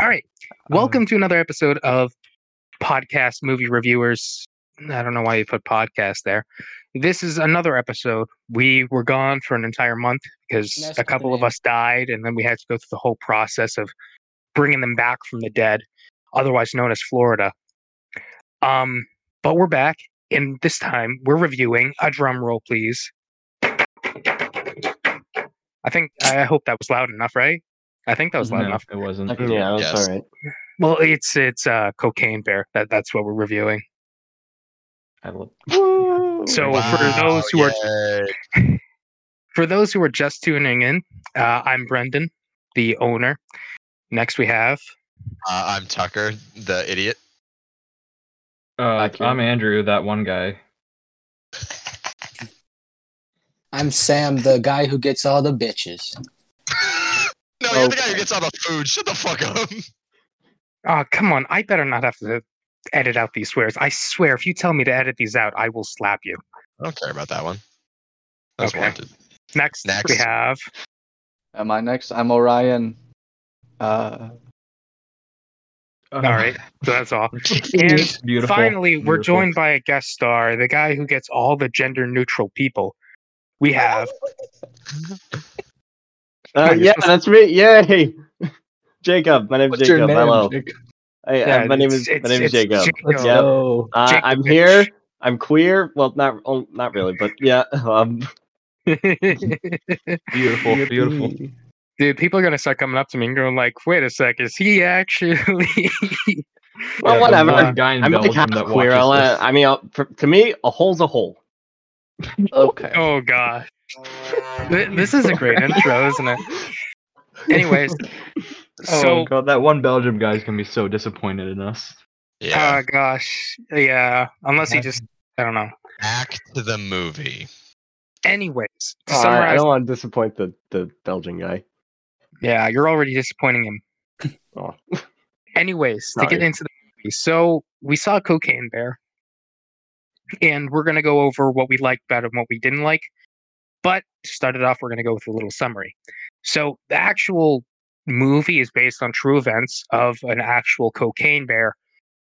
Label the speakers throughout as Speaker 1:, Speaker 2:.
Speaker 1: All right.
Speaker 2: Um,
Speaker 1: Welcome to another episode of Podcast Movie Reviewers. I don't know why you put podcast there. This is another episode. We were gone for an entire month because
Speaker 2: Messed
Speaker 1: a
Speaker 2: with the
Speaker 1: couple of
Speaker 2: name.
Speaker 1: us died, and then we had to go through the whole process of bringing them back from the dead, otherwise known as Florida. Um, but we're back, and this time we're reviewing a drum roll, please. I think I hope that was loud enough, right? I think that was loud
Speaker 3: No,
Speaker 1: enough.
Speaker 3: It wasn't.
Speaker 2: Like-
Speaker 4: Yeah, that's
Speaker 5: Yes.
Speaker 4: all right.
Speaker 1: Well, it's it's uh, cocaine bear. That that's what we're reviewing.
Speaker 3: I looked.
Speaker 1: So Oh, for those who are
Speaker 5: are
Speaker 1: for those who are just tuning in, uh, I'm Brendan, the owner. Next we have
Speaker 5: uh, I'm Tucker, the idiot.
Speaker 3: Uh,
Speaker 4: Accurate.
Speaker 3: I'm Andrew, that one guy.
Speaker 2: I'm Sam, the guy who gets all the bitches.
Speaker 5: no,
Speaker 3: Oh,
Speaker 5: you're the guy who gets all the food. Shut the fuck up.
Speaker 1: oh come on, I better not have to edit out these swears. I swear, if you tell me to edit these out, I will slap you.
Speaker 5: I don't care about that one. That's
Speaker 1: Okay.
Speaker 5: warranted.
Speaker 1: Next, we
Speaker 5: Next.
Speaker 1: have
Speaker 4: Am I next? I'm Orion. Uh,
Speaker 3: All
Speaker 1: all right. So that's all. And
Speaker 3: Uh, Beautiful.
Speaker 1: finally, we're
Speaker 3: Beautiful.
Speaker 1: joined by a guest star, the guy who gets all the gender neutral people. We have
Speaker 6: Uh,
Speaker 1: you're
Speaker 6: yeah,
Speaker 1: supposed
Speaker 6: that's me. Yay, Jacob. My name's
Speaker 4: what's your
Speaker 6: Jacob.
Speaker 4: name?
Speaker 6: Hello.
Speaker 4: Jacob?
Speaker 6: Hey, uh,
Speaker 1: yeah,
Speaker 6: my name
Speaker 1: it's-
Speaker 6: is my
Speaker 1: it's-
Speaker 6: name is
Speaker 1: it's
Speaker 6: Jacob.
Speaker 4: Let's
Speaker 6: Yep.
Speaker 4: go.
Speaker 6: Uh,
Speaker 1: Jacob
Speaker 6: I'm
Speaker 1: Mitch.
Speaker 6: here. I'm queer. Well, not oh, not really, but yeah. Um,
Speaker 3: Beautiful. Beautiful.
Speaker 1: Dude, people are gonna start coming up to me and going like, "Wait a sec, is he actually?"
Speaker 6: well,
Speaker 3: Yeah,
Speaker 6: whatever.
Speaker 3: there's one guy in
Speaker 6: I'm only
Speaker 3: Belgium
Speaker 6: half
Speaker 3: that
Speaker 6: queer. I'll,
Speaker 3: watches
Speaker 6: uh,
Speaker 3: this.
Speaker 6: I mean, I'll, for, to me, a hole's a hole. Uh,
Speaker 4: Okay.
Speaker 1: oh gosh, Th- this is a great intro, isn't it? Anyways, so
Speaker 3: oh god, that one Belgium guy's gonna be so disappointed in us.
Speaker 5: Yeah.
Speaker 1: uh, gosh, yeah, unless he just, I don't know.
Speaker 5: Back to the movie.
Speaker 1: Anyways, to
Speaker 6: Uh, I
Speaker 1: summarize,
Speaker 6: don't want to disappoint the the Belgian guy.
Speaker 1: yeah, you're already disappointing him.
Speaker 6: Oh,
Speaker 1: Anyways, to get
Speaker 6: Sorry.
Speaker 1: into the movie, so we saw Cocaine Bear, and we're gonna go over what we liked about it and what we didn't like. But to start it off, we're gonna go with a little summary. So the actual movie is based on true events of an actual cocaine bear.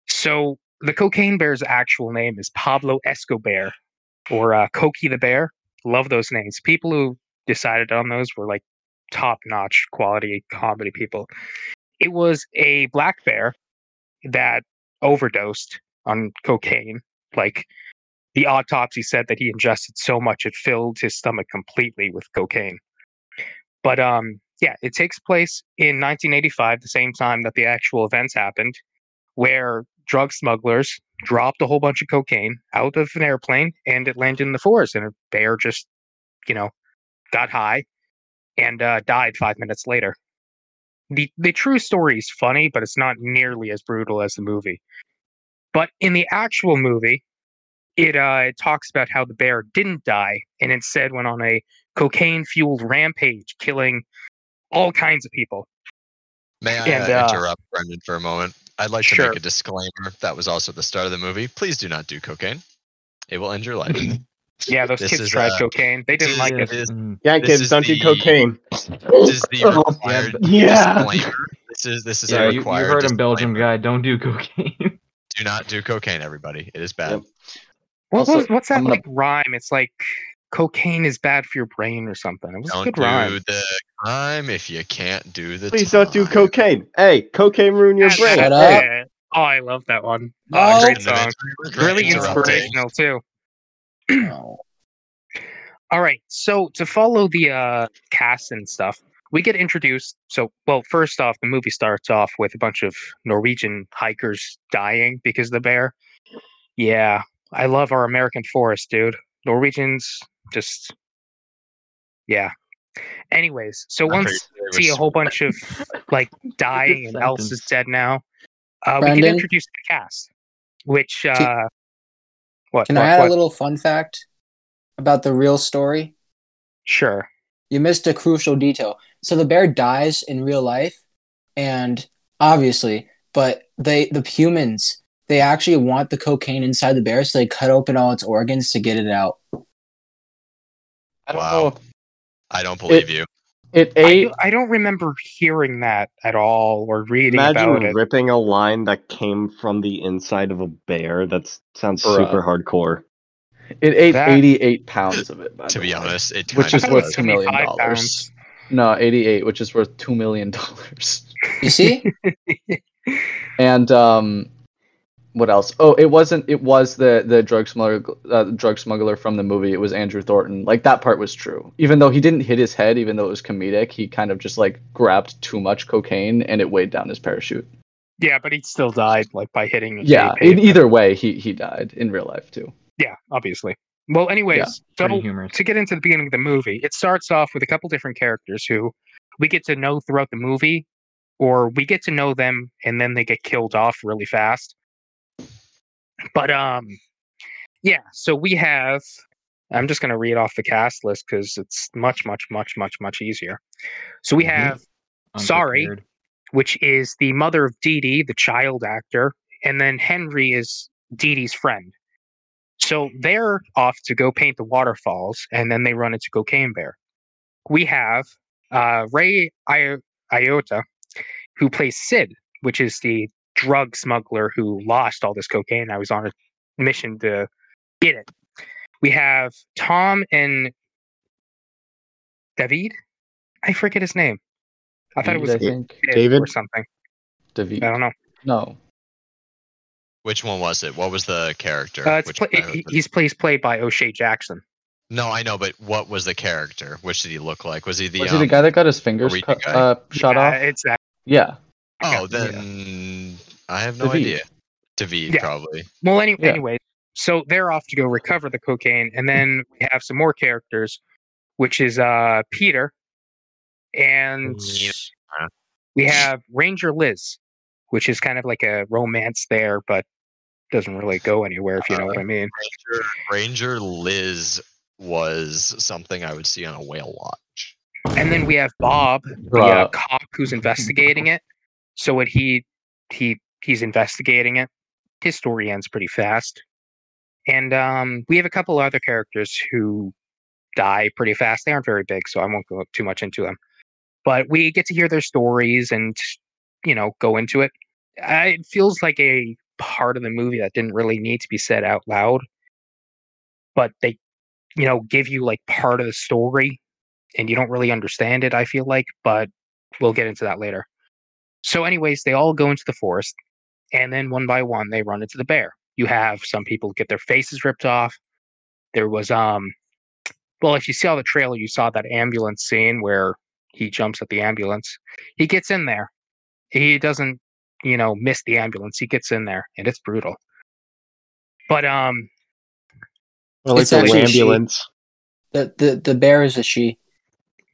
Speaker 1: So the cocaine bear's actual name is Pablo Escobar, or uh, Cokie the Bear. Love those names. People who decided on those were like top-notch quality comedy people it was a black bear that overdosed on cocaine. Like the autopsy said that he ingested so much it filled his stomach completely with cocaine. But um yeah, it takes place in 1985, the same time that the actual events happened, where drug smugglers dropped a whole bunch of cocaine out of an airplane and it landed in the forest and a bear just, you know, got high and uh, died five minutes later the the true story is funny, but it's not nearly as brutal as the movie. But in the actual movie, it uh it talks about how the bear didn't die and instead went on a cocaine fueled rampage, killing all kinds of people.
Speaker 5: May I
Speaker 1: And,
Speaker 5: uh,
Speaker 1: uh,
Speaker 5: interrupt Brendan for a moment? I'd like
Speaker 1: Sure.
Speaker 5: to make a disclaimer. That was also at the start of the movie. Please do not do cocaine. It will end your life.
Speaker 1: Yeah, those
Speaker 5: This
Speaker 1: kids
Speaker 5: is,
Speaker 1: tried
Speaker 5: uh,
Speaker 1: cocaine. They didn't
Speaker 5: this
Speaker 1: like it.
Speaker 5: is-
Speaker 3: Mm.
Speaker 6: yeah,
Speaker 5: This
Speaker 6: kids,
Speaker 5: is
Speaker 6: don't
Speaker 5: the-
Speaker 6: do cocaine.
Speaker 5: this is the
Speaker 6: Oh,
Speaker 5: required
Speaker 6: yeah.
Speaker 5: disclaimer. This is this is
Speaker 3: Yeah,
Speaker 5: a
Speaker 3: you, you
Speaker 5: required.
Speaker 3: heard him, Belgium
Speaker 5: disclaimer.
Speaker 3: guy. Don't do cocaine.
Speaker 5: Do not do cocaine, everybody. It is bad.
Speaker 6: Yep.
Speaker 1: What
Speaker 4: Also,
Speaker 1: was, what's that
Speaker 4: I'm gonna-
Speaker 1: like rhyme? It's like cocaine is bad for your brain or something. It was a
Speaker 5: Don't
Speaker 1: good
Speaker 5: do
Speaker 1: rhyme.
Speaker 5: the crime if you can't do the.
Speaker 6: Please don't do
Speaker 5: time.
Speaker 6: cocaine. Hey, cocaine ruin your
Speaker 1: That's
Speaker 6: brain.
Speaker 2: Shut
Speaker 1: it.
Speaker 2: up.
Speaker 1: Yeah. Oh, I love that one.
Speaker 2: Oh.
Speaker 1: Oh, great
Speaker 5: And then
Speaker 1: song.
Speaker 5: it's really great
Speaker 1: Really
Speaker 5: interrupting.
Speaker 1: inspirational too. All right. So to follow the uh, cast and stuff, we get introduced. So, well, first off, the movie starts off with a bunch of Norwegian hikers dying because of the bear. Yeah, I love our American forest, dude. Norwegians just, yeah. Anyways, so
Speaker 5: I'm pretty
Speaker 1: once
Speaker 5: sure it
Speaker 1: see a
Speaker 5: was-
Speaker 1: whole bunch of like dying and else is
Speaker 3: sentence.
Speaker 1: dead now, uh, we get
Speaker 2: Brandon?
Speaker 1: introduced to the cast, which uh,
Speaker 2: Can-
Speaker 1: what?
Speaker 2: Can
Speaker 1: what,
Speaker 2: I add
Speaker 1: what?
Speaker 2: a little fun fact about the real story?
Speaker 1: Sure.
Speaker 2: You missed a crucial detail. So the bear dies in real life, and obviously, but they the humans they actually want the cocaine inside the bear, so they cut open all its organs to get it out.
Speaker 4: I don't
Speaker 5: Wow.
Speaker 4: know. If,
Speaker 5: I don't believe
Speaker 6: It-
Speaker 5: you.
Speaker 6: It
Speaker 1: I
Speaker 6: ate.
Speaker 1: do- I don't remember hearing that at all or reading about
Speaker 6: Imagine
Speaker 1: it.
Speaker 6: ripping a line that came from the inside of a bear. That sounds
Speaker 4: Bruh.
Speaker 6: super hardcore.
Speaker 4: It ate
Speaker 1: That-
Speaker 4: 88 pounds of it. By
Speaker 5: To
Speaker 4: the
Speaker 5: be
Speaker 4: way.
Speaker 5: honest, it
Speaker 4: Which
Speaker 5: kinda
Speaker 4: is
Speaker 1: That was
Speaker 4: worth
Speaker 5: does.
Speaker 4: two million
Speaker 1: 75
Speaker 4: dollars. No, 88, which is worth two million dollars.
Speaker 2: You see?
Speaker 4: And um, what else? Oh, it wasn't. It was the the drug smuggler, uh, drug smuggler from the movie. It was Andrew Thornton. Like that part was true. Even though he didn't hit his head, even though it was comedic, he kind of just like grabbed too much cocaine and it weighed down his parachute.
Speaker 1: Yeah, but he still died like by hitting. a
Speaker 4: Yeah.
Speaker 1: pavement.
Speaker 4: In either way, he he died in real life too.
Speaker 1: Yeah, obviously. Well, anyways,
Speaker 3: Pretty
Speaker 1: so
Speaker 3: humorous.
Speaker 1: to get into the beginning of the movie, it starts off with a couple different characters who we get to know throughout the movie, or we get to know them and then they get killed off really fast. But um, yeah. So we have. I'm just going to read off the cast list because it's much, much, much, much, much easier. So we
Speaker 3: Mhm.
Speaker 1: have sorry.
Speaker 3: Unprepared.
Speaker 1: which is the mother of Dee Dee, the child actor, and then Henry is Dee Dee's friend. So they're off to go paint the waterfalls, and then they run into Cocaine Bear. We have uh, Ray Io- Iota, who plays Sid, which is the drug smuggler who lost all this cocaine. I was on a mission to get it. We have Tom and David. I forget his name. I thought it was
Speaker 4: I think
Speaker 1: Sid or
Speaker 6: David?
Speaker 1: something.
Speaker 4: David.
Speaker 1: I don't know.
Speaker 4: No.
Speaker 5: Which one was it? What was the character?
Speaker 1: Uh, it's
Speaker 5: Which
Speaker 1: play,
Speaker 5: guy was
Speaker 1: he-
Speaker 5: it?
Speaker 1: he's plays played by O'Shea Jackson.
Speaker 5: no, I know, but what was the character? Which did he look like? Was he the?
Speaker 4: was
Speaker 5: um,
Speaker 4: he the guy that got his fingers
Speaker 5: Norwegian
Speaker 4: cut,
Speaker 5: guy?
Speaker 4: uh, shot
Speaker 1: yeah,
Speaker 4: off?
Speaker 1: It's that.
Speaker 4: Yeah.
Speaker 5: Oh, then
Speaker 4: uh,
Speaker 5: I have no
Speaker 4: David.
Speaker 5: idea. David,
Speaker 1: Yeah.
Speaker 5: probably.
Speaker 1: Well, any,
Speaker 4: Yeah.
Speaker 1: anyway, so they're off to go recover the cocaine, and then we have some more characters, which is uh, Peter, and
Speaker 5: Yeah. Uh-huh.
Speaker 1: we have Ranger Liz, which is kind of like a romance there, but doesn't really go anywhere if you
Speaker 5: Uh-huh.
Speaker 1: know what I mean.
Speaker 5: Ranger, Ranger Liz was something I would see on a whale watch.
Speaker 1: And then we have Bob, the uh,
Speaker 4: Bruh.
Speaker 1: cop who's investigating it. So when he he he's investigating it, his story ends pretty fast. And um, we have a couple other characters who die pretty fast. They aren't very big, so I won't go too much into them. But we get to hear their stories and you know go into it. I, it feels like a part of the movie that didn't really need to be said out loud, but they you know give you like part of the story and you don't really understand it, I feel like, but we'll get into that later. So, anyways, they all go into the forest, and then one by one, they run into the bear. You have some people get their faces ripped off. There was, um, well, if you saw the trailer, you saw that ambulance scene where he jumps at the ambulance. He gets in there. He doesn't, you know, miss the ambulance. He gets in there, and it's brutal. But, um,
Speaker 6: I like
Speaker 2: It's
Speaker 6: the
Speaker 2: actually a sheep.
Speaker 6: ambulance.
Speaker 2: The the the bear is a she.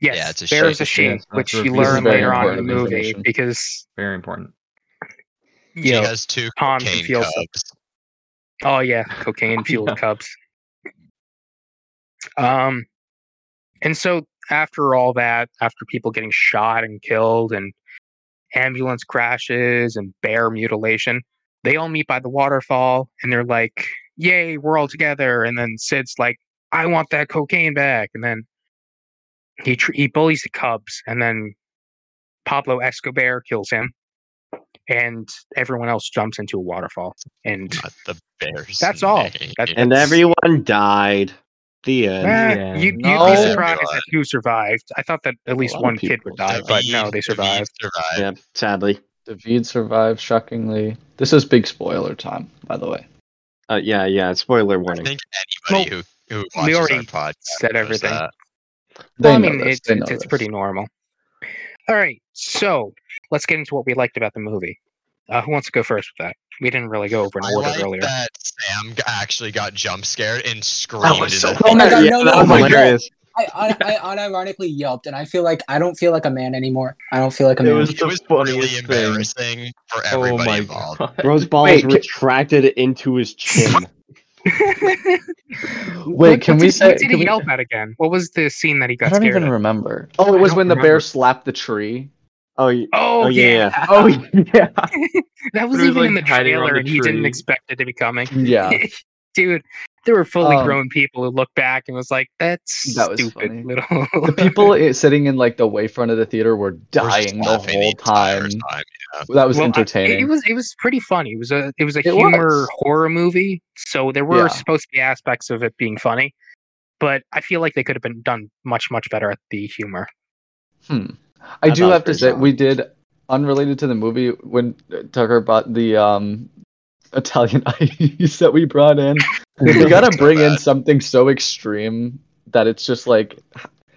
Speaker 1: yes,
Speaker 5: it's a
Speaker 1: bear is
Speaker 5: shame.
Speaker 1: a shame,
Speaker 3: Yes, that's
Speaker 1: which
Speaker 3: a-
Speaker 1: you
Speaker 3: this is
Speaker 1: learn
Speaker 4: very
Speaker 1: later on in the
Speaker 4: important
Speaker 1: movie
Speaker 4: information.
Speaker 1: because,
Speaker 3: Very important.
Speaker 1: you
Speaker 5: She
Speaker 1: know,
Speaker 5: has two
Speaker 1: Tom can
Speaker 5: cane
Speaker 1: feel
Speaker 5: cubs.
Speaker 1: something. Oh yeah, cocaine fueled
Speaker 3: Yeah.
Speaker 1: cubs. Um, and so after all that, after people getting shot and killed, and ambulance crashes and bear mutilation, they all meet by the waterfall, and they're like, "Yay, we're all together!" And then Sid's like, "I want that cocaine back," and then he tr- he bullies the cubs, and then Pablo Escobar kills him, and everyone else jumps into a waterfall and.
Speaker 5: Not the bears.
Speaker 1: That's all.
Speaker 5: name.
Speaker 1: That's-
Speaker 6: And everyone died. The end.
Speaker 1: Eh,
Speaker 3: Yeah.
Speaker 1: you'd, you'd
Speaker 4: No.
Speaker 1: be surprised
Speaker 5: Everyone.
Speaker 1: that two survived. I thought that at least
Speaker 6: lot of
Speaker 1: one kid
Speaker 6: people
Speaker 1: would die, but no, they
Speaker 5: David
Speaker 1: survived.
Speaker 5: survived.
Speaker 6: Yeah, sadly.
Speaker 4: David survived shockingly. This is big spoiler time, by the way.
Speaker 6: Uh, yeah, yeah. Spoiler
Speaker 5: I
Speaker 6: warning.
Speaker 5: think anybody who who watches our
Speaker 1: already
Speaker 5: podcast
Speaker 1: said
Speaker 5: knows uh,
Speaker 1: everything.
Speaker 5: that.
Speaker 4: They
Speaker 1: Well, I
Speaker 4: know
Speaker 1: mean,
Speaker 4: this,
Speaker 1: it's,
Speaker 4: they
Speaker 1: it's,
Speaker 4: know
Speaker 1: it's
Speaker 4: this.
Speaker 1: pretty normal. All right, so let's get into what we liked about the movie. Uh, who wants to go first with that? We didn't really go over an
Speaker 5: I
Speaker 1: order
Speaker 5: like
Speaker 1: earlier.
Speaker 5: that Sam g- actually got jump scared and screamed. in
Speaker 6: so
Speaker 5: the
Speaker 2: Oh my God,
Speaker 6: yeah,
Speaker 2: no,
Speaker 6: that
Speaker 2: no,
Speaker 6: was
Speaker 2: no, no.
Speaker 6: hilarious.
Speaker 2: I, I I unironically yelped, and I feel like I don't feel like a man anymore. I don't feel like a man.
Speaker 6: It was
Speaker 5: It
Speaker 6: the
Speaker 5: was
Speaker 6: funniest
Speaker 5: really
Speaker 6: thing.
Speaker 5: embarrassing for
Speaker 3: Oh
Speaker 5: everybody
Speaker 3: my
Speaker 5: involved.
Speaker 3: god.
Speaker 6: Rose balls
Speaker 4: Wait, can-
Speaker 6: retracted into his chin.
Speaker 4: Wait,
Speaker 1: What-
Speaker 4: can
Speaker 1: what
Speaker 4: we
Speaker 1: did-
Speaker 4: say?
Speaker 1: What did
Speaker 4: can
Speaker 1: he
Speaker 4: we-
Speaker 1: yell at again? What was the scene that he
Speaker 4: I
Speaker 1: got
Speaker 4: don't
Speaker 1: scared
Speaker 4: even
Speaker 1: at?
Speaker 4: remember. Oh, it was
Speaker 1: don't
Speaker 4: when the
Speaker 1: remember.
Speaker 4: bear slapped the tree.
Speaker 6: Oh, y-
Speaker 1: Oh,
Speaker 6: Oh, yeah,
Speaker 1: yeah,
Speaker 4: Oh yeah,
Speaker 1: that was
Speaker 3: He was,
Speaker 1: even in the
Speaker 3: like, hiding around
Speaker 1: trailer,
Speaker 3: the
Speaker 1: and he didn't
Speaker 3: tree.
Speaker 1: expect it to be coming.
Speaker 4: yeah.
Speaker 1: Dude, There were fully
Speaker 4: Um,
Speaker 1: grown people who looked back and was like, "That's
Speaker 4: That was
Speaker 1: stupid."
Speaker 4: funny.
Speaker 1: Little
Speaker 4: The people i- sitting in like the way front of the theater were
Speaker 5: We're just
Speaker 4: dying the
Speaker 5: laughing
Speaker 4: whole
Speaker 5: entire
Speaker 4: time. That was
Speaker 1: Well, I- it,
Speaker 4: entertaining.
Speaker 1: it was it was pretty funny. It was a it was a
Speaker 4: It
Speaker 1: humor
Speaker 4: was.
Speaker 1: horror movie, so there were
Speaker 4: Yeah.
Speaker 1: supposed to be aspects of it being funny, but I feel like they could have been done much much better at the humor.
Speaker 4: I
Speaker 6: I thought
Speaker 4: do
Speaker 6: it was
Speaker 4: have to
Speaker 6: pretty
Speaker 4: say
Speaker 6: solid.
Speaker 4: we did unrelated to the movie when Tucker bought the um Italian ice that we brought in. we gotta
Speaker 5: So
Speaker 4: bring in
Speaker 5: bad.
Speaker 4: something so extreme that it's just like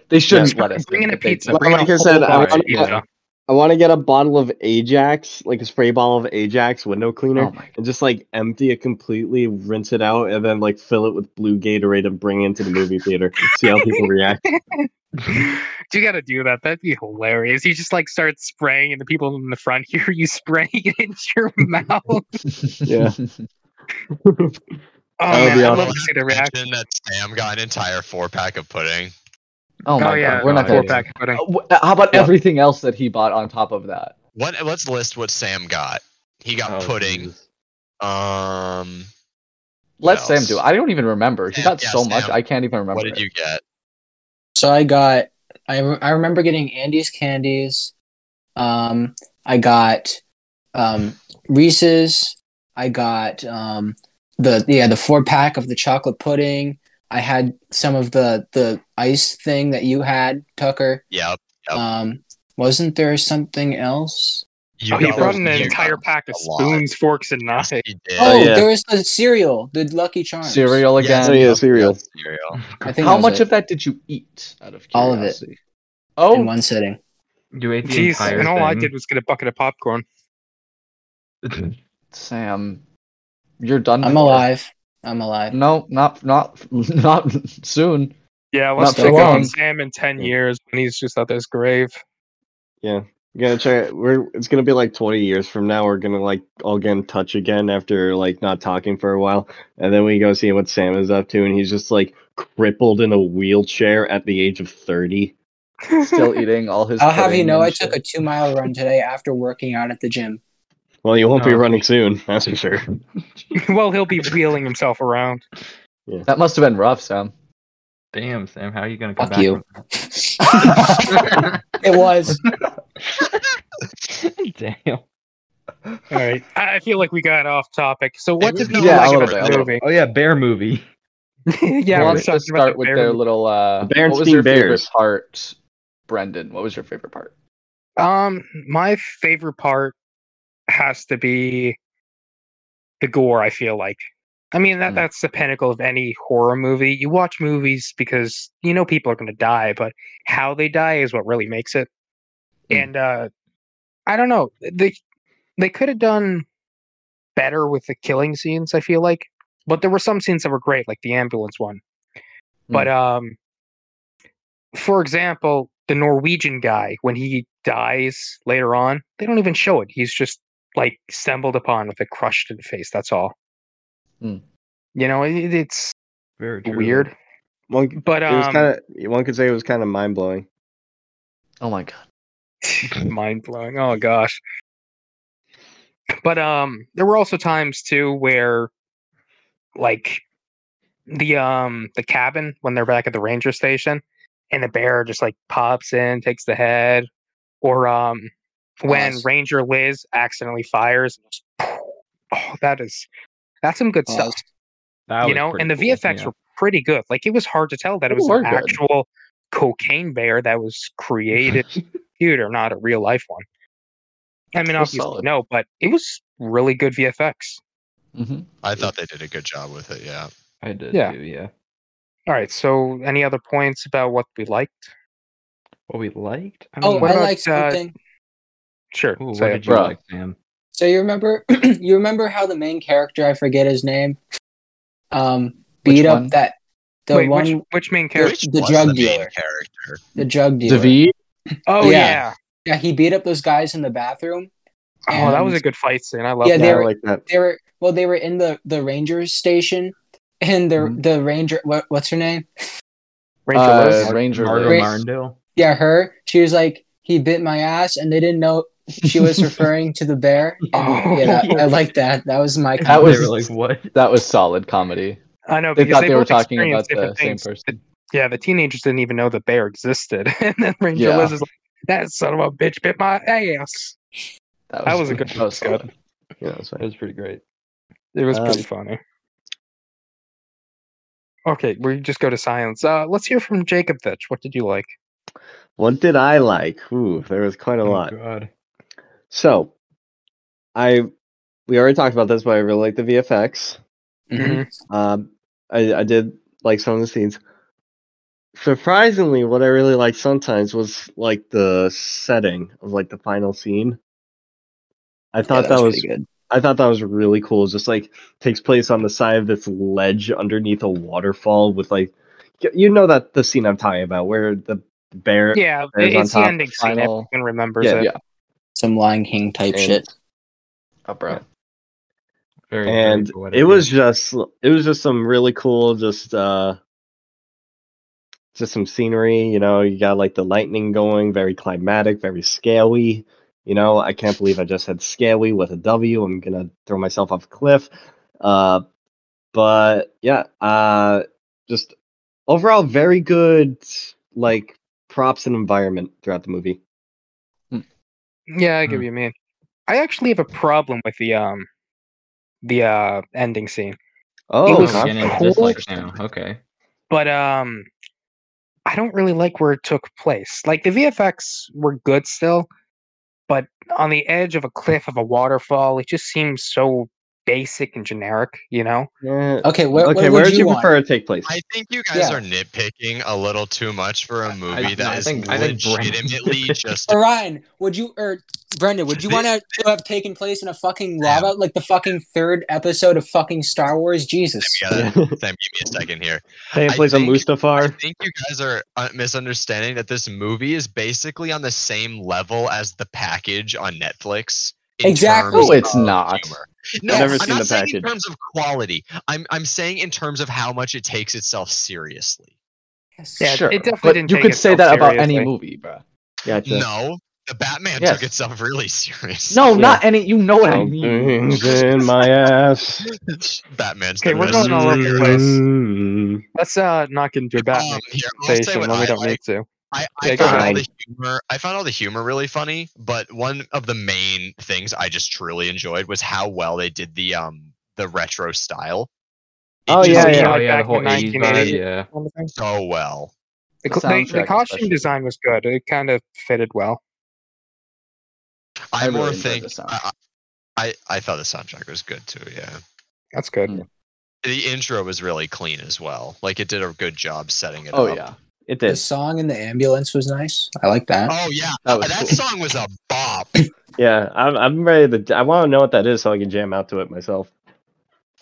Speaker 4: they shouldn't let us.
Speaker 1: Bring in a
Speaker 4: if they
Speaker 1: pizza.
Speaker 4: do.
Speaker 1: Bring in
Speaker 6: Like
Speaker 1: a
Speaker 6: I
Speaker 1: whole
Speaker 6: said, I
Speaker 1: bar of
Speaker 6: wanna-
Speaker 1: pizza.
Speaker 6: I want to get a bottle of Ajax, like a spray bottle of Ajax window cleaner,
Speaker 4: Oh my god.
Speaker 6: and just like empty it completely, rinse it out, and then like fill it with blue Gatorade and bring it into the movie theater. see how people react.
Speaker 1: you got to do that. That'd be hilarious. You just like start spraying, and the people in the front hear you spraying it into your mouth. Oh
Speaker 6: Yeah.
Speaker 1: man,
Speaker 6: be
Speaker 1: I'd
Speaker 6: awesome.
Speaker 1: love to see the reaction.
Speaker 5: Imagine that Sam got an entire four pack of pudding.
Speaker 4: Oh my
Speaker 1: oh yeah,
Speaker 4: god. We're not
Speaker 1: four
Speaker 4: gonna.
Speaker 1: pack. pudding.
Speaker 4: Uh, wh- How about
Speaker 6: Yeah.
Speaker 4: everything else that he bought on top of that?
Speaker 5: What? Let's list what Sam got. He got
Speaker 6: Oh,
Speaker 5: pudding.
Speaker 6: Jesus.
Speaker 5: Um, What
Speaker 4: Let Sam
Speaker 5: else?
Speaker 4: do. it. I don't even remember. He
Speaker 5: Sam-
Speaker 4: got
Speaker 5: yeah,
Speaker 4: so much
Speaker 5: Sam.
Speaker 4: I can't even remember.
Speaker 5: what did you get?
Speaker 2: So I got I, re- I remember getting Andy's candies. Um I got um Reese's. I got um the yeah, the four pack of the chocolate pudding. I had some of the the ice thing that you had, Tucker.
Speaker 5: Yep. Yep.
Speaker 2: Um wasn't there something else?
Speaker 5: You
Speaker 1: Oh, he
Speaker 5: got-
Speaker 1: brought in an
Speaker 5: you
Speaker 1: entire
Speaker 5: got
Speaker 1: pack of
Speaker 5: a lot.
Speaker 1: spoons, forks, and knives.
Speaker 5: He did.
Speaker 2: Oh,
Speaker 6: yeah.
Speaker 2: there was the cereal, the Lucky Charms.
Speaker 4: Cereal
Speaker 5: Yeah,
Speaker 4: again.
Speaker 6: Oh, yeah, cereal.
Speaker 5: cereal.
Speaker 2: I think that
Speaker 4: How
Speaker 2: was
Speaker 4: much
Speaker 2: it,
Speaker 4: of that did you eat? Out of
Speaker 2: All of it.
Speaker 4: curiosity. Oh
Speaker 2: in one sitting?
Speaker 3: You ate the
Speaker 1: Jeez,
Speaker 3: entire
Speaker 1: and all
Speaker 3: thing.
Speaker 1: I did was get a bucket of popcorn.
Speaker 4: Sam, you're done.
Speaker 2: I'm
Speaker 4: for.
Speaker 2: alive. I'm alive.
Speaker 4: No, not not not soon.
Speaker 1: Yeah, I
Speaker 4: Not
Speaker 1: want to
Speaker 4: for
Speaker 1: check up
Speaker 4: long.
Speaker 1: on Sam in ten
Speaker 6: Yeah.
Speaker 1: years when he's just at his grave.
Speaker 6: You gotta try it. We're it's gonna be like twenty years from now. We're gonna like all get in touch again after like not talking for a while, and then we go see what Sam is up to, and he's just like crippled in a wheelchair at the age of thirty.
Speaker 4: Still eating all his.
Speaker 2: I'll have
Speaker 4: pudding
Speaker 2: you know
Speaker 4: and
Speaker 2: I took a
Speaker 4: shit.
Speaker 2: two mile run today after working out at the gym.
Speaker 6: Well, you won't be
Speaker 3: Oh.
Speaker 6: running soon, that's for sure.
Speaker 1: well, he'll be wheeling himself around.
Speaker 4: That must have been rough, Sam.
Speaker 3: Damn, Sam, how are you gonna come
Speaker 2: Fuck
Speaker 3: back?
Speaker 2: you.
Speaker 3: from
Speaker 2: It was.
Speaker 3: that? Damn.
Speaker 1: All right, I I feel like we got off topic. So, what
Speaker 5: was
Speaker 1: did
Speaker 5: no
Speaker 1: people
Speaker 4: Yeah, a
Speaker 1: like
Speaker 4: little
Speaker 1: about
Speaker 4: bit, a
Speaker 1: the
Speaker 4: little
Speaker 1: movie?
Speaker 3: Oh yeah, bear movie.
Speaker 1: yeah,
Speaker 4: Who
Speaker 1: we
Speaker 4: wants
Speaker 1: were
Speaker 4: to
Speaker 1: talking about
Speaker 4: start
Speaker 1: the
Speaker 4: with
Speaker 1: bear
Speaker 4: their
Speaker 1: movie.
Speaker 4: little. Uh,
Speaker 6: The
Speaker 4: what was your
Speaker 6: Berenstain
Speaker 4: favorite
Speaker 6: Bears.
Speaker 4: part, Brendan? What was your favorite part?
Speaker 1: Um, my favorite part has to be the gore. I feel like, I mean that
Speaker 4: Mm.
Speaker 1: that's the pinnacle of any horror movie. You watch movies because you know people are going to die, but how they die is what really makes it.
Speaker 4: Mm.
Speaker 1: And uh, I don't know, they they could have done better with the killing scenes. I feel like, but there were some scenes that were great, like the ambulance one. But
Speaker 4: Mm.
Speaker 1: um, for example, the Norwegian guy when he dies later on, they don't even show it. He's just like stumbled upon with a crushed in the face. That's all.
Speaker 4: Hmm.
Speaker 1: You know, it, it's
Speaker 3: Very true.
Speaker 1: weird,
Speaker 6: One, it
Speaker 1: but
Speaker 6: was
Speaker 1: um,
Speaker 6: kind of one could say it was kind of mind blowing.
Speaker 4: Oh my god.
Speaker 1: mind blowing. Oh gosh. But um there were also times too where like the um the cabin when they're back at the ranger station and the bear just like pops in, takes the head. Or um when
Speaker 2: Pause.
Speaker 1: Ranger Liz accidentally fires just, oh that is that's some good stuff.
Speaker 2: Pause.
Speaker 3: That
Speaker 1: you
Speaker 3: was
Speaker 1: know,
Speaker 3: pretty
Speaker 1: and the
Speaker 3: cool,
Speaker 1: VFX
Speaker 3: yeah.
Speaker 1: were pretty good. Like it was hard to tell that it
Speaker 4: They
Speaker 1: was
Speaker 4: were
Speaker 1: an
Speaker 4: good.
Speaker 1: actual cocaine bear that was created computer, not a real life one. I mean,
Speaker 4: It was
Speaker 1: obviously
Speaker 4: solid.
Speaker 1: no, but it was really good VFX.
Speaker 2: Mm-hmm.
Speaker 4: Mhm.
Speaker 5: I thought they did a good job with it. Yeah.
Speaker 3: I did
Speaker 1: Yeah.
Speaker 3: too. Yeah.
Speaker 1: All right. So, any other points about what we liked?
Speaker 3: What we liked? I
Speaker 2: Oh,
Speaker 3: mean,
Speaker 1: What
Speaker 2: I
Speaker 1: about,
Speaker 2: like
Speaker 1: uh,
Speaker 2: something.
Speaker 1: Sure.
Speaker 3: ooh,
Speaker 1: say
Speaker 3: what
Speaker 1: it.
Speaker 3: did you
Speaker 4: Bruh.
Speaker 3: like, Sam?
Speaker 2: So you remember you remember how the main character, I forget his name, um,
Speaker 4: Which
Speaker 2: beat up
Speaker 4: one?
Speaker 2: that the
Speaker 1: Wait,
Speaker 2: one
Speaker 1: which which main
Speaker 2: There-
Speaker 1: character?
Speaker 5: Which
Speaker 2: the
Speaker 5: was
Speaker 2: drug
Speaker 5: the main
Speaker 2: dealer.
Speaker 5: character.
Speaker 2: the drug dealer.
Speaker 4: David.
Speaker 1: Oh yeah.
Speaker 2: yeah. Yeah, he beat up those guys in the bathroom.
Speaker 1: Oh, that was a
Speaker 2: And-
Speaker 1: good fight scene. I love
Speaker 2: Yeah,
Speaker 1: yeah,
Speaker 2: they
Speaker 1: that.
Speaker 2: were-
Speaker 6: I like that.
Speaker 2: They were well, they were in the the ranger station, and the
Speaker 4: Mhm.
Speaker 2: the ranger what, what's her name?
Speaker 1: Ranger
Speaker 4: uh,
Speaker 1: Liz.
Speaker 3: Mar-
Speaker 4: Ranger
Speaker 3: Margot
Speaker 4: Liz.
Speaker 3: Martindale.
Speaker 2: Yeah, her. She was like, he bit my ass, and they didn't know she was referring to the bear. And,
Speaker 1: Oh.
Speaker 2: yeah, that, I like that. That was my.
Speaker 3: They
Speaker 4: That
Speaker 2: comment.
Speaker 4: was-
Speaker 3: were like, what?
Speaker 4: That was solid comedy.
Speaker 1: I know
Speaker 4: They
Speaker 1: because
Speaker 4: thought they were
Speaker 1: both
Speaker 4: talking about
Speaker 1: experienced
Speaker 4: the
Speaker 1: different
Speaker 4: same
Speaker 1: things.
Speaker 4: person.
Speaker 1: Yeah, the teenagers didn't even know the bear existed, and then Ranger
Speaker 4: Yeah.
Speaker 1: Liz is like, "That son of a bitch bit my ass."
Speaker 4: That
Speaker 1: That was a good
Speaker 4: that was
Speaker 1: one, Scott.
Speaker 4: solid.
Speaker 6: Yeah, that's
Speaker 3: It was pretty great.
Speaker 1: It was
Speaker 6: Um,
Speaker 1: pretty funny. Okay, we just go to silence. Uh, let's hear from Jacob Fitch. What did you like?
Speaker 6: What did I like? Ooh, there was quite a
Speaker 3: Oh,
Speaker 6: lot.
Speaker 3: God.
Speaker 6: So, I we already talked about this, but I really like the VFX.
Speaker 2: Mhm.
Speaker 6: Um, I, I did like some of the scenes. Surprisingly, what I really liked sometimes was like the setting of like the final scene. I thought
Speaker 2: Yeah,
Speaker 6: that was
Speaker 2: pretty good.
Speaker 6: I thought that was really cool. It's just like takes place on the side of this ledge underneath a waterfall with like y- you know that the scene I'm talking about where the bear
Speaker 1: Yeah,
Speaker 6: Bears
Speaker 1: it-
Speaker 6: on
Speaker 1: it's the
Speaker 6: top,
Speaker 1: ending scene.
Speaker 4: final-
Speaker 1: Everyone remembers
Speaker 6: Yeah,
Speaker 1: it.
Speaker 4: Yeah,
Speaker 2: Some Lion King type
Speaker 6: And-
Speaker 2: shit.
Speaker 4: oh, bro.
Speaker 3: Very, very
Speaker 6: and
Speaker 3: poetic,
Speaker 6: it was
Speaker 3: yeah.
Speaker 6: just it was just some really cool just uh just some scenery you know you got like the lightning going very climatic very scaly you know i can't believe i just said scaly with a w i'm gonna throw myself off a cliff uh but yeah uh just overall very good like props and environment throughout the movie
Speaker 1: Yeah,
Speaker 6: Mm-hmm.
Speaker 1: I give
Speaker 3: Hmm.
Speaker 1: you mean. I actually have a problem with the um the uh ending scene.
Speaker 6: oh
Speaker 1: was
Speaker 3: we're
Speaker 6: huh.
Speaker 3: getting into
Speaker 1: cool.
Speaker 3: dislikes now. Okay.
Speaker 1: But um I don't really like where it took place. Like the VFX were good still, but on the edge of a cliff of a waterfall, it just seems so basic and generic, you know?
Speaker 6: yeah.
Speaker 2: Okay, Uh, where,
Speaker 6: okay
Speaker 2: where,
Speaker 6: where
Speaker 2: would you, want?
Speaker 6: prefer to take place
Speaker 5: I think you guys
Speaker 2: Yeah.
Speaker 5: are nitpicking a little too much for a movie
Speaker 3: I-
Speaker 5: that is
Speaker 3: no, I think- I think Brandon's
Speaker 5: legitimately
Speaker 3: nitpicking.
Speaker 5: just.
Speaker 2: Or Ryan, would you or Brendan, would you
Speaker 5: Thi-
Speaker 2: want to have taken place in a fucking
Speaker 5: Damn.
Speaker 2: lava like the fucking third episode of fucking Star Wars? Jesus.
Speaker 5: Yeah, that- Sam, give me a second here.
Speaker 6: Taking
Speaker 5: I
Speaker 6: place on
Speaker 5: think- I
Speaker 6: Mustafar.
Speaker 5: think you guys are uh, misunderstanding that this movie is basically on the same level as the package on Netflix. in
Speaker 2: Exactly.
Speaker 5: terms
Speaker 4: No, it's
Speaker 5: of
Speaker 4: not.
Speaker 5: humor. No,
Speaker 2: I've never
Speaker 5: I'm
Speaker 6: seen
Speaker 5: not
Speaker 6: the
Speaker 5: saying in
Speaker 6: package.
Speaker 5: terms of quality. I'm I'm saying in terms of how much it takes itself seriously.
Speaker 1: Yeah, it-
Speaker 4: sure.
Speaker 1: it definitely
Speaker 4: but
Speaker 1: didn't
Speaker 4: you
Speaker 1: take
Speaker 4: could say
Speaker 1: itself
Speaker 4: that about
Speaker 1: seriously.
Speaker 4: any movie, bro.
Speaker 6: Gotcha.
Speaker 5: No, the Batman
Speaker 4: Yes.
Speaker 5: took itself really serious.
Speaker 4: No, not any. You know what I mean.
Speaker 6: Something's in my ass.
Speaker 5: Batman's
Speaker 1: Okay,
Speaker 5: the
Speaker 1: we're
Speaker 5: best
Speaker 1: going all over the
Speaker 5: superhero.
Speaker 1: place.
Speaker 6: Mm.
Speaker 1: Let's uh not get into a Batman
Speaker 5: Um, here, I'll say
Speaker 1: conversation
Speaker 5: what
Speaker 1: when we
Speaker 5: I
Speaker 1: don't
Speaker 5: like.
Speaker 1: need to.
Speaker 5: I,
Speaker 1: Yeah,
Speaker 5: I
Speaker 1: go
Speaker 5: found all
Speaker 6: ahead.
Speaker 5: the humor. I found all the humor really funny, but one of the main things I just truly enjoyed was how well they did the um the retro style. It
Speaker 6: Oh,
Speaker 5: just
Speaker 6: yeah,
Speaker 5: did
Speaker 6: yeah.
Speaker 3: Oh,
Speaker 1: Like
Speaker 3: yeah,
Speaker 1: back
Speaker 3: the whole
Speaker 1: in
Speaker 3: 80s
Speaker 1: 1980.
Speaker 3: vibe. Yeah.
Speaker 5: so well.
Speaker 1: The,
Speaker 4: The
Speaker 1: cl- they- the
Speaker 4: soundtrack
Speaker 1: costume
Speaker 4: especially.
Speaker 1: design was good. It kind of fitted well.
Speaker 5: I,
Speaker 4: I really
Speaker 5: more
Speaker 4: enjoyed
Speaker 5: think
Speaker 4: the soundtrack.
Speaker 5: I, I I thought the soundtrack was good too. Yeah,
Speaker 1: That's good.
Speaker 4: Mm.
Speaker 5: the intro was really clean as well. Like it did a good job setting it
Speaker 4: Oh
Speaker 5: up.
Speaker 4: yeah.
Speaker 6: It
Speaker 2: The
Speaker 6: did.
Speaker 2: song in the ambulance was nice. I like that.
Speaker 5: Oh yeah,
Speaker 4: That was
Speaker 5: that
Speaker 4: cool.
Speaker 5: song was a bop.
Speaker 6: Yeah, I'm, I'm ready to. I want to know what that is so I can jam out to it myself.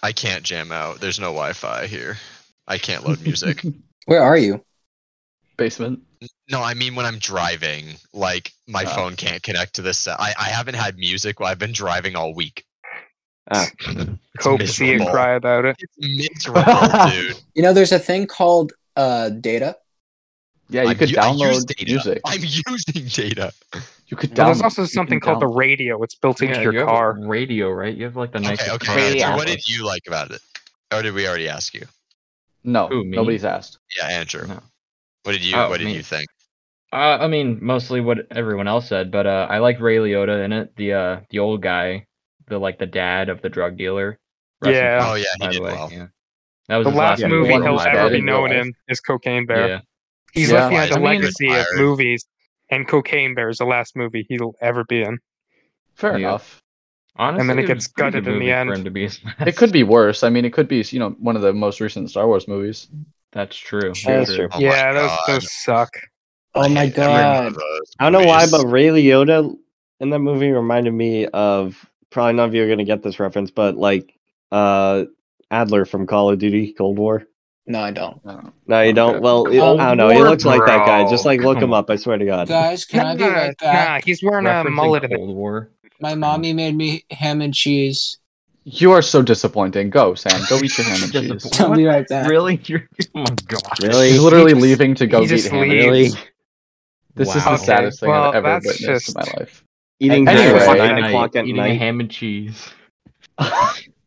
Speaker 5: I can't jam out. There's no Wi-Fi here. I can't load music.
Speaker 2: Where are you?
Speaker 4: Basement.
Speaker 5: No, I mean when I'm driving, like my
Speaker 4: Oh.
Speaker 5: phone can't connect to this. I, I haven't had music while I've been driving all week.
Speaker 6: Ah.
Speaker 5: It's
Speaker 1: Cope, see and
Speaker 5: miserable.
Speaker 1: cry about it.
Speaker 5: It's miserable, dude.
Speaker 2: You know, there's a thing called uh data.
Speaker 4: Yeah, you
Speaker 5: I'm
Speaker 4: could
Speaker 5: u- I use
Speaker 4: download
Speaker 5: data.
Speaker 4: music.
Speaker 5: I'm using data.
Speaker 4: You could
Speaker 1: Well, there's
Speaker 4: download.
Speaker 1: also
Speaker 4: you
Speaker 1: something
Speaker 4: can
Speaker 1: called the
Speaker 4: download.
Speaker 1: radio. It's built into
Speaker 3: Yeah,
Speaker 1: your
Speaker 3: you have a
Speaker 1: car.
Speaker 3: radio, right? You have like the
Speaker 5: Okay,
Speaker 3: nicest car
Speaker 5: okay.
Speaker 3: in
Speaker 5: Andrew,
Speaker 3: the
Speaker 5: what did
Speaker 3: world.
Speaker 5: you like about it? Or did we already ask you?
Speaker 4: No,
Speaker 3: Who, me?
Speaker 4: nobody's asked.
Speaker 5: Yeah, Andrew.
Speaker 3: No.
Speaker 5: What did you
Speaker 3: Oh,
Speaker 5: What did
Speaker 3: me.
Speaker 5: you think?
Speaker 3: Uh, I mean, mostly what everyone else said, but uh, I like Ray Liotta in it. The uh, the old guy, the like the dad of the drug dealer. in
Speaker 1: Yeah.
Speaker 3: peace,
Speaker 5: Oh, yeah, he
Speaker 3: by the
Speaker 5: did
Speaker 3: way,
Speaker 5: well.
Speaker 3: yeah. That was
Speaker 1: The
Speaker 3: his
Speaker 1: last
Speaker 6: Yeah,
Speaker 1: movie
Speaker 6: one of
Speaker 1: he'll
Speaker 6: my
Speaker 1: ever
Speaker 4: bad
Speaker 1: be
Speaker 4: in real
Speaker 1: known
Speaker 4: life.
Speaker 1: in is Cocaine Bear.
Speaker 3: Yeah,
Speaker 1: He's
Speaker 4: Yeah.
Speaker 1: left behind a
Speaker 3: I mean-
Speaker 1: legacy of
Speaker 5: Retired.
Speaker 1: movies, and Cocaine Bear is the last movie he'll ever be in.
Speaker 4: Fair
Speaker 3: Yeah.
Speaker 4: enough.
Speaker 3: honestly,
Speaker 1: it
Speaker 3: was
Speaker 1: gets
Speaker 3: a pretty
Speaker 1: gutted
Speaker 3: good
Speaker 1: in the
Speaker 3: movie
Speaker 1: end.
Speaker 3: For him to be his
Speaker 4: It
Speaker 3: last.
Speaker 4: could be worse. I mean, it could be you know one of the most recent Star Wars movies.
Speaker 3: That's true. That's
Speaker 6: That's true.
Speaker 5: Oh my
Speaker 1: yeah, those
Speaker 5: God.
Speaker 1: those suck.
Speaker 2: Oh
Speaker 5: I
Speaker 2: my
Speaker 5: hate every one of
Speaker 2: god.
Speaker 5: those
Speaker 6: I don't know why,
Speaker 5: movies.
Speaker 6: but Ray Liotta in that movie reminded me of probably none of you are gonna get this reference, but like uh Adler from Call of Duty Cold War.
Speaker 2: No, I don't.
Speaker 4: I don't know.
Speaker 6: No, you don't.
Speaker 4: Okay.
Speaker 6: Well, it-
Speaker 3: Cold
Speaker 6: I don't know. He
Speaker 3: War,
Speaker 6: looks like that guy.
Speaker 3: bro.
Speaker 6: Just like look
Speaker 3: Come
Speaker 6: him
Speaker 3: on.
Speaker 6: up. I swear to God.
Speaker 2: Guys, can I be
Speaker 1: Nah,
Speaker 2: right back?
Speaker 1: nah, he's wearing a
Speaker 3: Referencing
Speaker 1: mullet. of it.
Speaker 3: Cold War.
Speaker 2: My mommy made me ham and cheese.
Speaker 4: You are so disappointing. Go, Sam. Go eat your ham and cheese.
Speaker 3: Disappointing.
Speaker 2: I'll
Speaker 3: What?
Speaker 2: be right back.
Speaker 3: Really? You're, oh my god.
Speaker 6: Really?
Speaker 4: He's literally
Speaker 1: He just-
Speaker 4: leaving to go
Speaker 1: he
Speaker 4: eat
Speaker 1: just
Speaker 4: ham. and
Speaker 1: leaves.
Speaker 4: cheese.
Speaker 6: Really?
Speaker 4: This is
Speaker 3: Wow.
Speaker 4: the
Speaker 1: Okay,
Speaker 4: saddest thing
Speaker 1: well,
Speaker 4: I've ever
Speaker 1: that's
Speaker 4: witnessed in my
Speaker 1: just-
Speaker 4: life.
Speaker 6: Eating
Speaker 4: Anyway.
Speaker 6: anyway,
Speaker 4: Anyway.
Speaker 6: nine o'clock at
Speaker 3: eating
Speaker 6: night.
Speaker 3: a ham and cheese.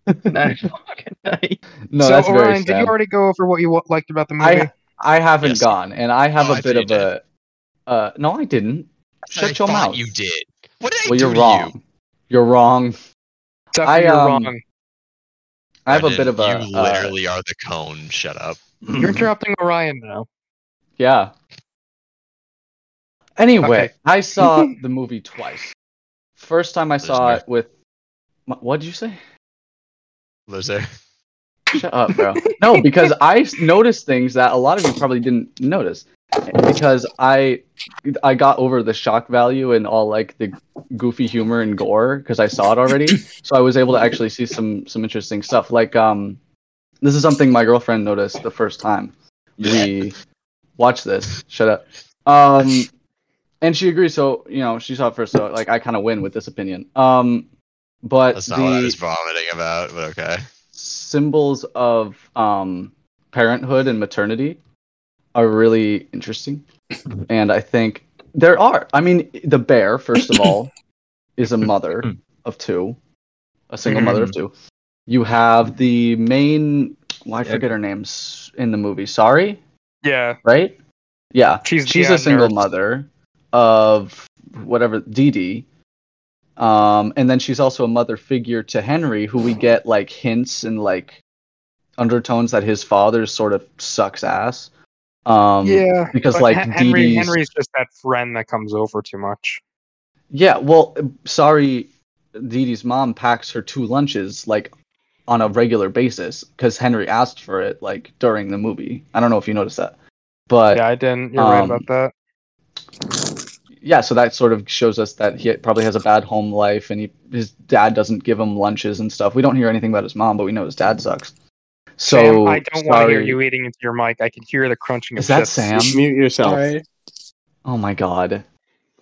Speaker 3: That's fucking nice.
Speaker 4: No,
Speaker 1: so
Speaker 4: that's
Speaker 1: Orion,
Speaker 4: very
Speaker 1: did
Speaker 4: sad.
Speaker 1: you already go over what you wa- liked about the movie?
Speaker 4: I I haven't
Speaker 5: Yes.
Speaker 4: gone, and I have
Speaker 5: Oh, I
Speaker 4: a bit
Speaker 5: thought you
Speaker 4: of a. Uh, no, I didn't. Shut
Speaker 5: I
Speaker 4: your
Speaker 5: thought
Speaker 4: mouth.
Speaker 5: You did. What did I
Speaker 4: well,
Speaker 5: do
Speaker 4: you're
Speaker 5: to
Speaker 4: wrong.
Speaker 5: you?
Speaker 4: You're wrong.
Speaker 1: Tucker,
Speaker 4: I,
Speaker 1: you're
Speaker 4: um,
Speaker 1: wrong.
Speaker 4: I have a bit
Speaker 5: Brendan,
Speaker 4: of a.
Speaker 5: You
Speaker 4: uh,
Speaker 5: literally are the cone. Shut up.
Speaker 1: You're interrupting Orion now.
Speaker 4: yeah. Anyway,
Speaker 1: Okay.
Speaker 4: I saw the movie twice. First time I
Speaker 5: There's
Speaker 4: saw
Speaker 5: no-
Speaker 4: it with. What did you say?
Speaker 5: Loser.
Speaker 4: Shut up, bro. No, because I s- noticed things that a lot of you probably didn't notice because I I got over the shock value and all like the goofy humor and gore because I saw it already. So I was able to actually see some some interesting stuff. Like um this is something my girlfriend noticed the first time we watched this. Shut up. Um and she agrees so you know she saw it first so like I kind of win with this opinion. Um but
Speaker 5: That's not
Speaker 4: the,
Speaker 5: what I was vomiting about, but okay.
Speaker 4: symbols of um, parenthood and maternity are really interesting. And I think there are. I mean, the bear, first of all, is a mother of two, a single mother of two. You have the main, well, I
Speaker 3: Yeah.
Speaker 4: forget her name s- in the movie. Sorry,
Speaker 1: Yeah,
Speaker 4: right? Yeah,
Speaker 1: she's
Speaker 4: she's
Speaker 1: yeah,
Speaker 4: a single
Speaker 1: nurse.
Speaker 4: mother of whatever Dee Dee. Um, and then she's also a mother figure to Henry, who we get like hints and like undertones that his father sort of sucks ass. Um,
Speaker 1: yeah,
Speaker 4: because
Speaker 1: but
Speaker 4: like
Speaker 1: Hen-
Speaker 4: Dee
Speaker 1: Henry,
Speaker 4: Dee's-
Speaker 1: Henry's just that friend that comes over too much.
Speaker 4: yeah. Well, sorry, Dee Dee's mom packs her two lunches like on a regular basis because Henry asked for it like during the movie. I don't know if you noticed that, but
Speaker 1: Yeah, I didn't. You're right
Speaker 4: um,
Speaker 1: about that.
Speaker 4: yeah, so that sort of shows us that he probably has a bad home life, and he, his dad doesn't give him lunches and stuff. We don't hear anything about his mom, but we know his dad sucks. So
Speaker 1: Sam, I don't want to hear
Speaker 4: sorry.
Speaker 1: you eating into your mic. I can hear the crunching of
Speaker 4: Is that
Speaker 1: chips.
Speaker 4: Sam?
Speaker 6: Mute yourself.
Speaker 2: Sorry.
Speaker 4: Oh my god.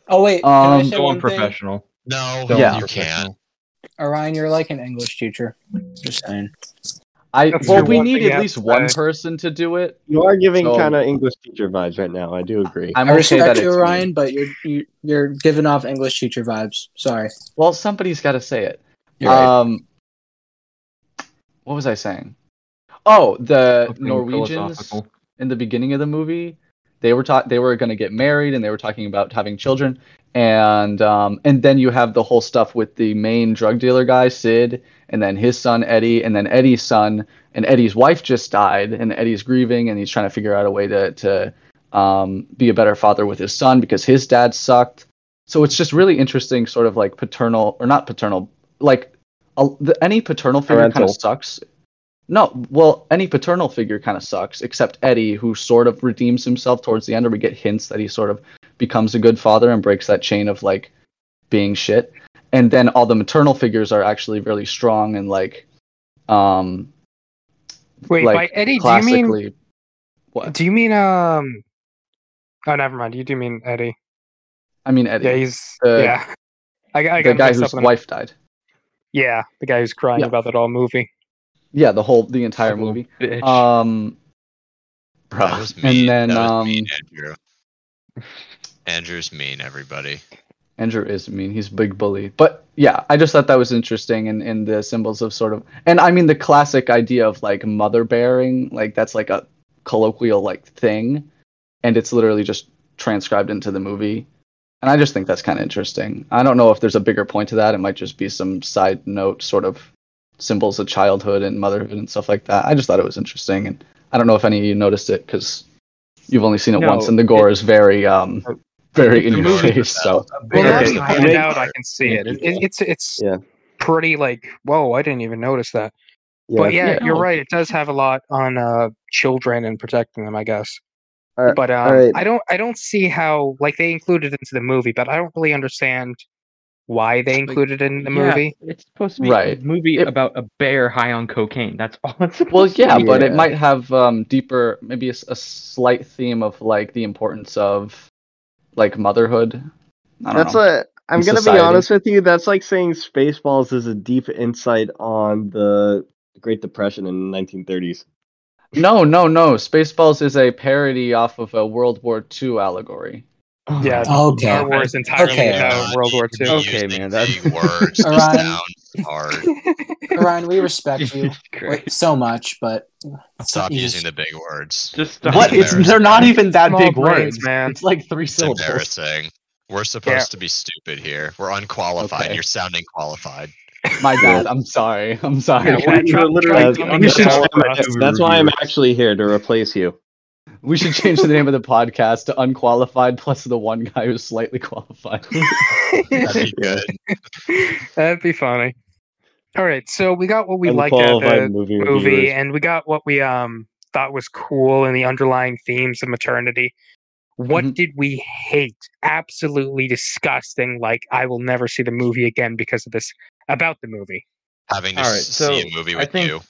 Speaker 2: Oh wait, can I
Speaker 4: Um,
Speaker 2: say
Speaker 3: So
Speaker 2: one thing?
Speaker 3: unprofessional.
Speaker 5: No,
Speaker 4: Don't
Speaker 5: you can't.
Speaker 2: Orion, you're like an English teacher. Just saying.
Speaker 4: I
Speaker 1: That's
Speaker 4: well,
Speaker 1: your
Speaker 4: we
Speaker 1: one
Speaker 4: need
Speaker 1: thing
Speaker 4: at
Speaker 1: I
Speaker 4: least
Speaker 1: have to
Speaker 4: one
Speaker 1: say.
Speaker 4: person to do it.
Speaker 6: You are giving
Speaker 4: So-
Speaker 6: kind of English teacher vibes right now. I do agree.
Speaker 4: I'm
Speaker 2: i
Speaker 4: okay
Speaker 2: respect
Speaker 4: that
Speaker 2: you,
Speaker 4: it's
Speaker 2: Orion,
Speaker 4: me.
Speaker 2: but you're you, you're giving off English teacher vibes. Sorry.
Speaker 4: Well, somebody's got to say it.
Speaker 2: You're right.
Speaker 4: Um, what was I saying? Oh, the
Speaker 3: Something
Speaker 4: Norwegians.
Speaker 3: philosophical.
Speaker 4: in the beginning of the movie. They were taught they were going to get married, and they were talking about having children, and um, and then you have the whole stuff with the main drug dealer guy, Sid, and then his son Eddie, and then Eddie's son, and Eddie's wife just died, and Eddie's grieving, and he's trying to figure out a way to to um, be a better father with his son because his dad sucked. So it's just really interesting, sort of like paternal or not paternal, like a, the, any paternal figure kind
Speaker 6: Parental.
Speaker 4: of sucks no, well, any paternal figure kind of sucks, except Eddie, who sort of redeems himself towards the end, or we get hints that he sort of becomes a good father and breaks that chain of like being shit. And then all the maternal figures are actually really strong and like, um,
Speaker 1: Wait,
Speaker 4: like
Speaker 1: by Eddie, do you mean?
Speaker 4: classically. What?
Speaker 1: Do you mean um? Oh, never mind. You do mean Eddie.
Speaker 4: I mean Eddie,
Speaker 1: Yeah, he's
Speaker 4: The-
Speaker 1: yeah. I, got- I
Speaker 4: the
Speaker 1: got
Speaker 4: guy
Speaker 1: mixed
Speaker 4: whose
Speaker 1: up in-
Speaker 4: wife died.
Speaker 1: Yeah, the guy who's crying
Speaker 4: Yeah.
Speaker 1: about that all movie.
Speaker 4: Yeah, the whole the entire
Speaker 3: Little
Speaker 4: movie.
Speaker 3: Bitch.
Speaker 4: Um, bruh.
Speaker 5: That was mean.
Speaker 4: and then
Speaker 5: that was
Speaker 4: um,
Speaker 5: mean, Andrew. Andrew's mean, everybody.
Speaker 4: Andrew is mean. He's a big bully. But yeah, I just thought that was interesting and in, the symbols of sort of and I mean the classic idea of like mother bearing, like that's like a colloquial like thing. And it's literally just transcribed into the movie. And I just think that's kinda interesting. I don't know if there's a bigger point to that. It might just be some side note sort of symbols of childhood and motherhood and stuff like that. I just thought it was interesting and I don't know if any of you noticed it because you've only seen it
Speaker 3: No,
Speaker 4: once and the gore
Speaker 3: it-
Speaker 4: is very um very
Speaker 3: The
Speaker 4: in your
Speaker 3: movie-
Speaker 4: face. So
Speaker 1: Well, now
Speaker 6: Okay,
Speaker 1: that you
Speaker 6: I
Speaker 1: point it
Speaker 6: make-
Speaker 1: out, I can see it. It- it- It's it's
Speaker 6: Yeah.
Speaker 1: pretty like whoa! I didn't even notice that.
Speaker 6: Yeah.
Speaker 1: But yeah,
Speaker 4: Yeah,
Speaker 1: you're
Speaker 4: no.
Speaker 1: right. It does have a lot on uh, children and protecting them, I guess.
Speaker 6: Alright,
Speaker 1: but um,
Speaker 6: alright.
Speaker 1: I don't, I don't see how like they included it into the movie, but I don't really understand why they included it in the
Speaker 3: Yeah,
Speaker 1: movie.
Speaker 3: It's supposed to be a
Speaker 4: Right.
Speaker 3: movie
Speaker 4: It-
Speaker 3: about a bear high on cocaine. That's all it's supposed
Speaker 4: Well, yeah,
Speaker 3: to be.
Speaker 4: but it
Speaker 6: Yeah.
Speaker 4: might have um, deeper, maybe a, s- a slight theme of like the importance of like motherhood. I don't
Speaker 6: That's
Speaker 4: know.
Speaker 6: a. I'm
Speaker 4: In
Speaker 6: gonna
Speaker 4: society.
Speaker 6: be honest with you. That's like saying Spaceballs is a deep insight on the Great Depression in the 1930s.
Speaker 4: No, no, no. Spaceballs is a parody off of a World War II allegory.
Speaker 1: Yeah.
Speaker 6: Oh
Speaker 2: Okay.
Speaker 1: Star Wars entirely
Speaker 2: Okay.
Speaker 1: about Uh, World War
Speaker 5: You
Speaker 1: II.
Speaker 3: Okay,
Speaker 5: using
Speaker 3: man, that's-
Speaker 5: the words to
Speaker 2: Orion,
Speaker 5: sound hard.
Speaker 2: Ryan, we respect you
Speaker 3: Jesus
Speaker 2: like,
Speaker 3: Christ.
Speaker 2: so much, but
Speaker 5: Stop
Speaker 2: you
Speaker 5: using
Speaker 2: just-
Speaker 5: the big words.
Speaker 3: Just stop.
Speaker 5: What?
Speaker 4: What? It's they're not even that
Speaker 1: Small
Speaker 4: big
Speaker 1: brains,
Speaker 4: words,
Speaker 1: man.
Speaker 4: It's like three
Speaker 5: It's
Speaker 4: syllables.
Speaker 5: embarrassing. We're supposed
Speaker 1: Yeah.
Speaker 5: to be stupid here. We're unqualified.
Speaker 4: Okay.
Speaker 5: You're sounding qualified.
Speaker 4: My bad. I'm sorry. I'm sorry.
Speaker 1: Yeah, we're-
Speaker 6: You're
Speaker 1: literally
Speaker 6: Uh,
Speaker 1: dumbing
Speaker 6: that's
Speaker 1: down
Speaker 6: why
Speaker 1: for
Speaker 6: I'm-
Speaker 1: us.
Speaker 6: That's why I'm actually here to replace you.
Speaker 4: We should change the name of the podcast to Unqualified plus the one guy who's slightly qualified.
Speaker 5: That'd be good.
Speaker 1: That'd be funny. All right, so we got what we liked out of
Speaker 6: Unqualified
Speaker 1: the
Speaker 6: movie,
Speaker 1: movie,
Speaker 6: reviewers.
Speaker 1: and we got what we um thought was cool and the underlying themes of maternity. What
Speaker 3: Mm-hmm.
Speaker 4: Mhm.
Speaker 1: did we hate? Absolutely disgusting. Like I will never see the movie again because of this about the movie.
Speaker 5: Having to
Speaker 3: All right,
Speaker 5: s-
Speaker 3: so
Speaker 5: see a movie
Speaker 3: I
Speaker 5: with
Speaker 3: think-
Speaker 5: you.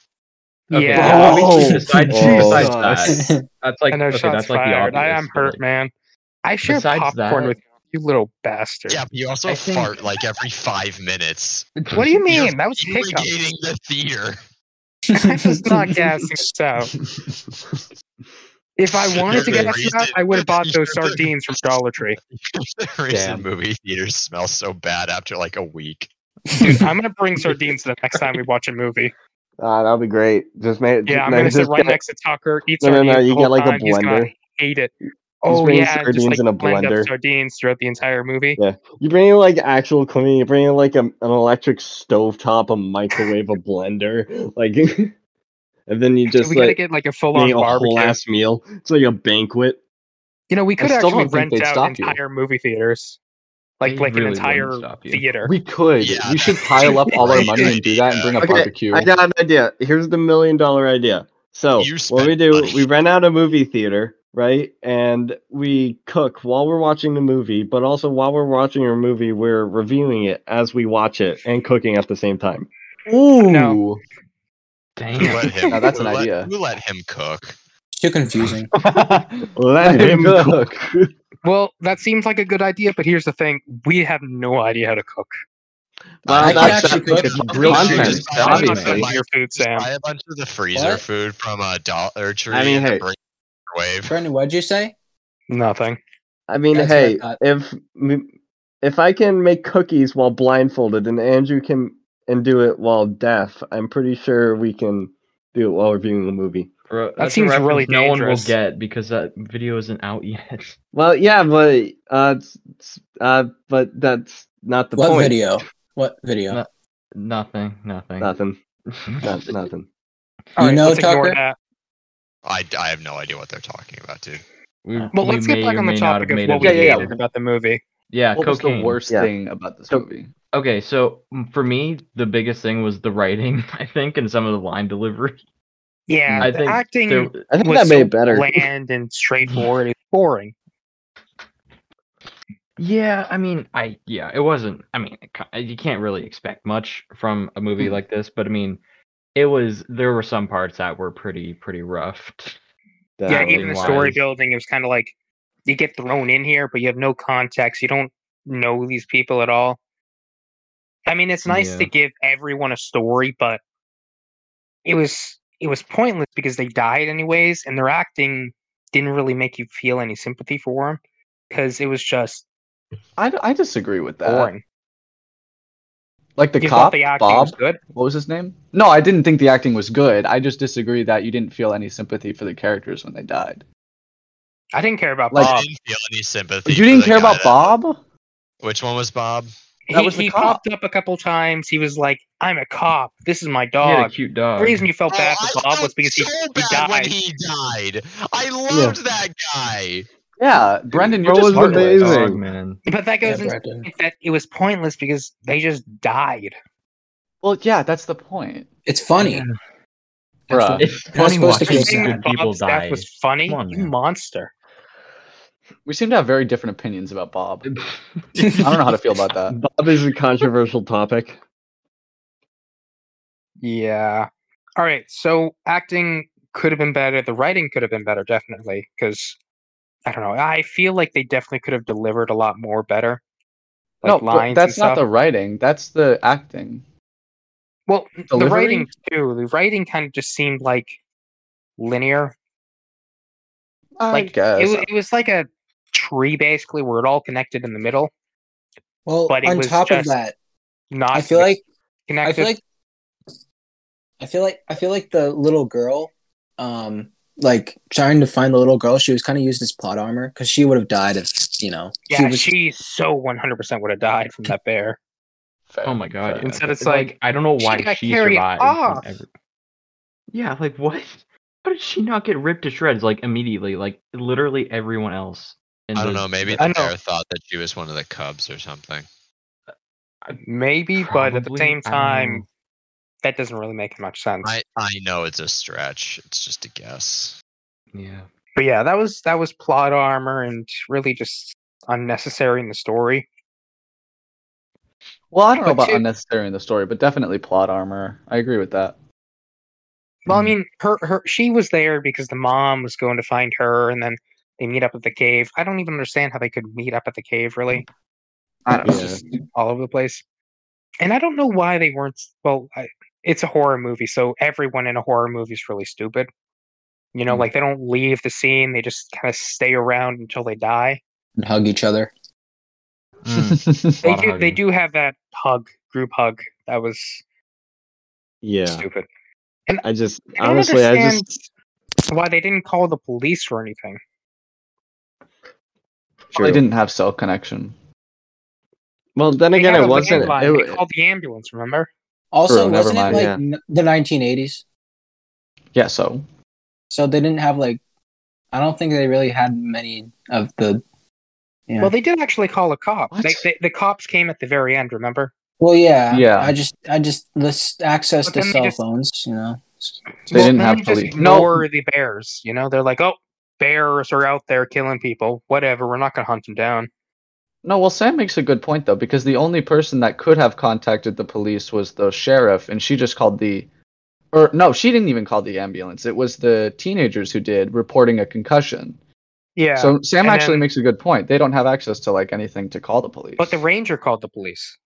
Speaker 3: Okay,
Speaker 1: Yeah.
Speaker 3: so
Speaker 4: Oh,
Speaker 3: besides,
Speaker 6: Jesus.
Speaker 3: besides that, that's like
Speaker 1: I know
Speaker 3: okay,
Speaker 1: shots
Speaker 3: that's like the
Speaker 1: fired.
Speaker 3: obvious.
Speaker 1: I, am
Speaker 3: but,
Speaker 1: hurt,
Speaker 3: like,
Speaker 1: man. I share
Speaker 3: Besides
Speaker 1: popcorn
Speaker 3: that-
Speaker 1: with you, little bastard.
Speaker 5: Yeah, but you also
Speaker 3: I think-
Speaker 5: fart like every five minutes.
Speaker 1: What do you
Speaker 5: You're
Speaker 1: mean? That was hiccup.
Speaker 5: Irrigating the theater.
Speaker 1: I was not gassing this out. If I wanted to
Speaker 5: You're
Speaker 1: gas it out,
Speaker 5: crazy.
Speaker 1: I would have bought those
Speaker 5: You're-
Speaker 1: sardines from Dollar Tree.
Speaker 5: the reason
Speaker 4: Damn.
Speaker 5: movie theaters smell so bad after like a week.
Speaker 1: Dude, I'm gonna bring sardines the next time we watch a movie.
Speaker 6: Ah, that'll be great. Just make.
Speaker 1: Yeah, I'm
Speaker 6: no,
Speaker 1: gonna
Speaker 6: just
Speaker 1: sit right
Speaker 6: get-
Speaker 1: next to Tucker, eat
Speaker 6: No, no,
Speaker 1: sardines.
Speaker 6: no, you
Speaker 1: the
Speaker 6: get,
Speaker 1: whole
Speaker 6: like, a
Speaker 1: time. He's gonna
Speaker 6: blender.
Speaker 1: hate it. Oh
Speaker 6: bring
Speaker 1: yeah, and just
Speaker 6: sardines
Speaker 1: like
Speaker 6: in a
Speaker 1: blend up
Speaker 6: blender.
Speaker 1: sardines throughout the entire movie.
Speaker 6: Yeah. You bring in like actual cleaning. You bring in like a, an electric stovetop, a microwave, a blender, like, and then you just
Speaker 1: we gotta
Speaker 6: like
Speaker 1: get like a full on
Speaker 6: make a whole
Speaker 1: barbecue.
Speaker 6: ass meal. It's like a banquet.
Speaker 1: You know, we could
Speaker 4: still
Speaker 1: actually
Speaker 4: don't think
Speaker 1: rent
Speaker 4: they'd
Speaker 1: out
Speaker 4: stop you.
Speaker 1: entire movie theaters,
Speaker 3: they
Speaker 1: like like
Speaker 3: really
Speaker 1: an
Speaker 3: wouldn't
Speaker 1: entire
Speaker 3: stop you.
Speaker 1: theater.
Speaker 4: we could.
Speaker 5: Yeah,
Speaker 4: we should pile up all our money and do that and bring a
Speaker 6: Okay,
Speaker 4: barbecue.
Speaker 6: I got an idea. Here's the million dollar idea. So
Speaker 5: You
Speaker 6: what we
Speaker 5: spend
Speaker 6: do,
Speaker 5: money.
Speaker 6: we rent out a movie theater, right? And we cook while we're watching the movie, but also while we're watching our movie, we're reviewing it as we watch it and cooking at the same time.
Speaker 4: Ooh.
Speaker 1: No.
Speaker 5: Who
Speaker 3: Damn.
Speaker 5: let him,
Speaker 4: Now that's an
Speaker 5: who let-
Speaker 4: idea.
Speaker 5: Who let him cook?
Speaker 2: Too confusing.
Speaker 6: Let him cook.
Speaker 1: Well, that seems like a good idea, but here's the thing: we have no idea how to cook.
Speaker 6: Wow,
Speaker 2: I can
Speaker 6: that's-
Speaker 2: actually
Speaker 6: that's
Speaker 2: cook.
Speaker 6: good
Speaker 4: Real
Speaker 5: Just
Speaker 4: content,
Speaker 5: buy a
Speaker 1: I'm
Speaker 5: bunch of
Speaker 1: not
Speaker 4: obviously.
Speaker 1: cooking your food,
Speaker 5: Just
Speaker 1: Sam.
Speaker 5: buy a bunch of the freezer
Speaker 2: What?
Speaker 5: food from a Dollar Tree
Speaker 6: mean,
Speaker 5: and
Speaker 6: hey.
Speaker 5: bring wave.
Speaker 2: Brandon, what'd you say?
Speaker 1: Nothing.
Speaker 6: I mean,
Speaker 2: That's what I
Speaker 6: hey,
Speaker 2: thought.
Speaker 6: if m- if I can make cookies while blindfolded, and Andrew can and do it while deaf, I'm pretty sure we can do it while reviewing the movie.
Speaker 3: Bro, that's a
Speaker 1: seems really
Speaker 3: reference No one will
Speaker 1: dangerous.
Speaker 3: get because that video isn't out yet.
Speaker 6: Well, yeah, but uh, it's- it's- uh, but that's not the
Speaker 2: What
Speaker 6: point.
Speaker 2: video? What video?
Speaker 3: No. nothing. Nothing.
Speaker 6: Nothing. No, nothing.
Speaker 1: All
Speaker 2: You
Speaker 1: right,
Speaker 2: know,
Speaker 1: let's ignore
Speaker 2: Tucker?
Speaker 1: that.
Speaker 5: I, I have no idea what they're talking about, dude.
Speaker 3: We,
Speaker 1: Well,
Speaker 3: we
Speaker 1: let's get
Speaker 3: may
Speaker 1: back
Speaker 3: or
Speaker 1: on the
Speaker 3: may not
Speaker 1: topic
Speaker 3: have
Speaker 1: of
Speaker 3: made
Speaker 1: what
Speaker 3: a
Speaker 1: we
Speaker 4: Yeah, yeah,
Speaker 3: video.
Speaker 4: yeah.
Speaker 1: hated about the movie.
Speaker 3: Yeah,
Speaker 4: What was
Speaker 3: cocaine.
Speaker 4: the worst
Speaker 6: Yeah.
Speaker 4: thing about this
Speaker 6: Co-
Speaker 4: movie?
Speaker 3: Okay, so mm, for me, the biggest thing was the writing, I think, and some of the line delivery.
Speaker 1: Yeah,
Speaker 3: I
Speaker 1: the
Speaker 3: think
Speaker 1: acting
Speaker 3: there-
Speaker 6: I think
Speaker 1: was
Speaker 6: that made
Speaker 1: so
Speaker 6: it better.
Speaker 1: bland and straightforward. It's boring.
Speaker 3: Yeah, I mean, I yeah, it wasn't. I mean, it ki- you can't really expect much from a movie like this, but I mean, it was. There were some parts that were pretty pretty rough.
Speaker 1: yeah,
Speaker 3: Dialogue
Speaker 1: even the story
Speaker 3: wise.
Speaker 1: building, it was kind of like you get thrown in here, but you have no context. You don't know these people at all. I mean, it's nice to
Speaker 3: Yeah.
Speaker 1: give everyone a story, but it was it was pointless because they died anyways, and their acting didn't really make you feel any sympathy for them because it was just
Speaker 4: I, I disagree with that.
Speaker 1: boring.
Speaker 4: Like Uh, the
Speaker 1: you
Speaker 4: cop,
Speaker 1: thought the acting
Speaker 4: Bob.
Speaker 1: was good.
Speaker 4: What was his name? No, I didn't think the acting was good. I just disagree that you didn't feel any sympathy for the characters when they died.
Speaker 1: I didn't care about
Speaker 4: Like-
Speaker 1: Bob.
Speaker 5: I didn't feel any sympathy.
Speaker 4: You
Speaker 5: for
Speaker 4: didn't
Speaker 5: the
Speaker 4: care
Speaker 5: guy
Speaker 4: about
Speaker 5: that-
Speaker 4: Bob?
Speaker 5: Which one was Bob?
Speaker 4: That
Speaker 1: he
Speaker 4: was the
Speaker 1: he
Speaker 4: cop.
Speaker 1: popped up a couple times. He was like, "I'm a cop. This is my
Speaker 3: He had a
Speaker 1: dog."
Speaker 3: cute
Speaker 1: The
Speaker 3: dog.
Speaker 1: reason you felt bad
Speaker 5: Oh,
Speaker 1: for
Speaker 5: I
Speaker 1: Bob was
Speaker 5: felt
Speaker 1: because he
Speaker 5: so
Speaker 1: he
Speaker 5: bad when
Speaker 1: died.
Speaker 5: he died. I loved that guy.
Speaker 4: Yeah, Brendan, you're
Speaker 6: Bro
Speaker 4: just
Speaker 6: was
Speaker 3: Part of that
Speaker 4: heartless.
Speaker 6: amazing.
Speaker 3: dog, man.
Speaker 1: But that
Speaker 2: Yeah,
Speaker 1: goes into
Speaker 2: Brandon.
Speaker 1: that it was pointless because they just died.
Speaker 4: Well, yeah, that's the point.
Speaker 2: It's funny.
Speaker 3: Yeah.
Speaker 4: Bruh.
Speaker 3: It's
Speaker 2: Not
Speaker 3: funny
Speaker 2: supposed to
Speaker 1: The
Speaker 3: watching
Speaker 2: feel Feels
Speaker 1: thing
Speaker 2: sad.
Speaker 3: stupid
Speaker 1: that
Speaker 3: people
Speaker 1: Bob's death
Speaker 3: die.
Speaker 1: was funny.
Speaker 3: Come on,
Speaker 1: you
Speaker 3: man.
Speaker 1: monster.
Speaker 4: We seem to have very different opinions about Bob. I don't know how to feel about that.
Speaker 6: Bob is a controversial topic.
Speaker 1: Yeah. All right. So acting could have been better. The writing could have been better, definitely. Because I don't know. I feel like they definitely could have delivered a lot more better. Like
Speaker 4: no,
Speaker 1: lines.
Speaker 4: that's
Speaker 1: and
Speaker 4: not
Speaker 1: stuff.
Speaker 4: the writing. That's the acting.
Speaker 1: Well, the
Speaker 4: Delivery?
Speaker 1: writing too. The writing kind of just seemed like linear.
Speaker 4: I
Speaker 1: Like
Speaker 4: guess.
Speaker 1: it, wa- it was like a tree basically, where it all connected in the middle.
Speaker 2: Well,
Speaker 1: But it
Speaker 2: on
Speaker 1: was
Speaker 2: top of
Speaker 1: just
Speaker 2: that,
Speaker 1: Not
Speaker 2: I feel like
Speaker 1: Connected.
Speaker 2: I feel like I feel like I feel like the little girl, um, like trying to find the little girl, she was kind of used as plot armor because she would have died if you know she
Speaker 1: yeah,
Speaker 2: was
Speaker 1: she so 100% would have died from that bear.
Speaker 3: Oh my god!
Speaker 4: Fair.
Speaker 3: yeah.
Speaker 1: Instead it's
Speaker 3: But,
Speaker 1: like,
Speaker 3: I don't know
Speaker 1: she
Speaker 3: why
Speaker 1: got
Speaker 3: she,
Speaker 1: carried
Speaker 3: survived.
Speaker 1: off.
Speaker 3: and every- Yeah, like what? How did she not get ripped to shreds like immediately? Like literally everyone else. in
Speaker 5: I don't
Speaker 3: the-
Speaker 5: know. Maybe
Speaker 1: I
Speaker 5: the
Speaker 1: know.
Speaker 5: bear thought that she was one of the cubs or something.
Speaker 1: Maybe, but at the
Speaker 3: Probably,
Speaker 1: same
Speaker 3: I don't
Speaker 1: time,
Speaker 3: know.
Speaker 1: that doesn't really make much sense.
Speaker 5: I I know it's a stretch. It's just a guess.
Speaker 3: Yeah.
Speaker 1: but yeah, that was that was plot armor and really just unnecessary in the story.
Speaker 4: Well, I don't know
Speaker 1: But
Speaker 4: about
Speaker 1: two-
Speaker 4: unnecessary in the story, but definitely plot armor. I agree with that.
Speaker 1: Well, I
Speaker 3: Mhm.
Speaker 1: mean, her her she was there because the mom was going to find her, and then they meet up at the cave. I don't even understand how they could meet up at the cave. Really, I don't know, it's
Speaker 6: Yeah.
Speaker 1: just all over the place. And I don't know why they weren't. s- Well, I, it's a horror movie, so everyone in a horror movie is really stupid. You know,
Speaker 4: Mm.
Speaker 1: like they don't leave the scene; they just kind of stay around until they die.
Speaker 2: and hug each other.
Speaker 3: Mm.
Speaker 1: They
Speaker 3: lot of
Speaker 1: do. They
Speaker 3: hugging.
Speaker 1: do have that hug, group hug. That was
Speaker 6: Yeah,
Speaker 1: stupid.
Speaker 6: I just
Speaker 1: I don't
Speaker 6: honestly, I
Speaker 1: understand
Speaker 6: just
Speaker 1: why they didn't call the police or anything.
Speaker 6: True.
Speaker 4: Probably didn't have cell connection.
Speaker 6: Well, then
Speaker 1: They
Speaker 6: again,
Speaker 1: had
Speaker 6: it
Speaker 1: a
Speaker 6: wasn't.
Speaker 1: landline.
Speaker 6: It,
Speaker 1: they called the ambulance. Remember?
Speaker 4: True,
Speaker 2: Also,
Speaker 4: never
Speaker 2: wasn't it
Speaker 4: mind,
Speaker 2: like
Speaker 6: yeah.
Speaker 2: n- the 1980s?
Speaker 4: Yeah, so
Speaker 2: So they didn't have like I don't think they really had many of the. Yeah.
Speaker 1: Well, they did actually call a cop. They,
Speaker 4: What?
Speaker 1: they, the cops came at the very end. Remember?
Speaker 2: Well, yeah,
Speaker 4: Yeah.
Speaker 2: I just, I just this access
Speaker 1: But
Speaker 2: to
Speaker 1: then they
Speaker 2: cell
Speaker 1: just-
Speaker 2: phones, you know.
Speaker 4: They didn't
Speaker 1: then
Speaker 4: have
Speaker 1: they just
Speaker 4: police- No.
Speaker 1: ignore the bears. You know, they're like, oh, bears are out there killing people. Whatever. We're not going to hunt them down.
Speaker 4: no. Well, Sam makes a good point though, because the only person that could have contacted the police was the sheriff, and she just called the, or no, she didn't even call the ambulance. It was the teenagers who did reporting a concussion.
Speaker 1: Yeah.
Speaker 4: So Sam
Speaker 1: and
Speaker 4: actually
Speaker 1: then-
Speaker 4: makes a good point. They don't have access to like anything to call the police.
Speaker 1: but the ranger called the police.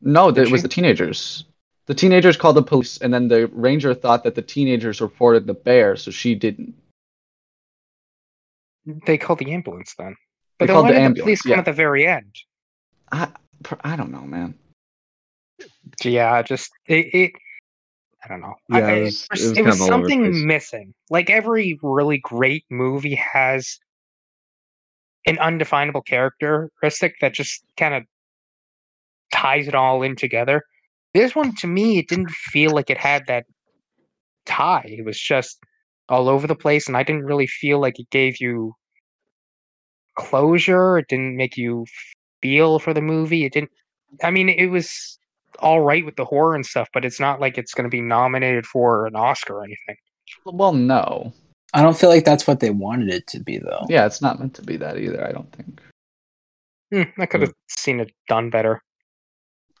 Speaker 4: no,
Speaker 1: did
Speaker 4: it was
Speaker 1: she?
Speaker 4: the teenagers. The teenagers called the police, and then the ranger thought that the teenagers reported the bear, so she didn't.
Speaker 1: They called the ambulance then. But
Speaker 4: They
Speaker 1: then
Speaker 4: called
Speaker 1: why
Speaker 4: the
Speaker 1: did the
Speaker 4: ambulance,
Speaker 1: police come
Speaker 4: yeah.
Speaker 1: at the very end?
Speaker 4: I, pr- I don't know, man.
Speaker 1: Yeah, I just it. it I don't know. I-
Speaker 6: Yeah, it
Speaker 1: I-
Speaker 6: was-
Speaker 1: pers-
Speaker 6: it was
Speaker 1: it was
Speaker 6: kind of all over the place.
Speaker 1: something missing. Like every really great movie has an undefinable characteristic that just kind of ties it all in together. This one, to me, it didn't feel like it had that tie. It was just all over the place, and I didn't really feel like it gave you closure. It didn't make you feel for the movie. It didn't. I mean, it was all right with the horror and stuff, but it's not like it's going to be nominated for an Oscar or anything.
Speaker 4: Well, no.
Speaker 2: I don't feel like that's what they wanted it to be, though.
Speaker 4: Yeah, it's not meant to be that either. I don't think.
Speaker 1: Hmm, I could have seen it done better.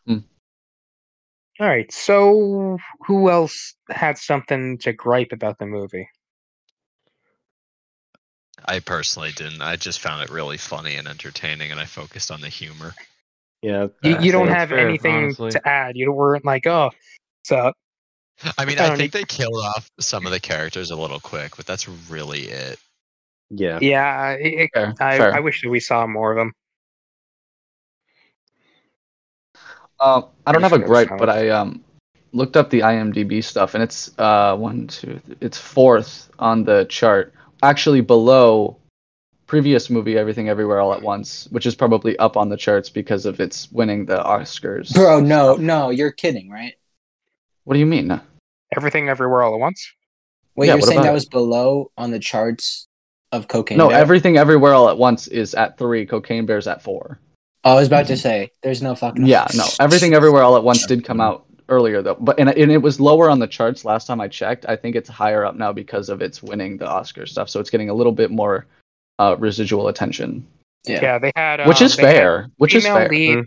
Speaker 4: Hmm.
Speaker 1: All right, so who else had something to gripe about the movie?
Speaker 5: I personally didn't. I just found it really funny and entertaining, and I focused on the humor.
Speaker 6: yeah.
Speaker 1: You, you don't
Speaker 3: That's
Speaker 1: have
Speaker 3: fair,
Speaker 1: anything
Speaker 3: honestly.
Speaker 1: to add. You weren't like, oh, so
Speaker 5: I mean,
Speaker 1: I
Speaker 5: I
Speaker 1: don't
Speaker 5: think they killed off some of the characters a little quick, but that's really it.
Speaker 6: Yeah.
Speaker 1: yeah. It, it-
Speaker 4: Fair.
Speaker 1: I,
Speaker 4: fair.
Speaker 1: I wish that we saw more of them.
Speaker 4: Um, I don't
Speaker 1: Wish
Speaker 4: have a
Speaker 1: there was
Speaker 4: gripe,
Speaker 1: some.
Speaker 4: but I um, looked up the IMDb stuff, and it's uh, one, two, th- it's fourth on the chart, actually below previous movie Everything Everywhere All at Once, which is probably up on the charts because of its winning the Oscars.
Speaker 2: Bro, no, no, you're kidding, right?
Speaker 4: What do you mean?
Speaker 1: Everything, everywhere, all at once.
Speaker 2: Wait,
Speaker 4: Yeah,
Speaker 2: you're
Speaker 4: what
Speaker 2: saying
Speaker 4: about
Speaker 2: that
Speaker 4: it?
Speaker 2: was below on the charts of cocaine?
Speaker 4: No,
Speaker 2: Bear?
Speaker 4: Everything Everywhere All at Once is at three. Cocaine Bear's at four.
Speaker 2: Oh, I was about to say, there's no fucking.
Speaker 4: Yeah, no. Everything Everywhere All at Once did come out earlier though, but and, and it was lower on the charts last time I checked. I think it's higher up now because of its winning the Oscar stuff, so it's getting a little bit more uh, residual attention,
Speaker 1: Yeah,
Speaker 2: Yeah.
Speaker 1: they had um,
Speaker 4: which is
Speaker 1: they had
Speaker 4: fair. Which is
Speaker 1: female
Speaker 4: fair. mm-hmm.
Speaker 1: lead.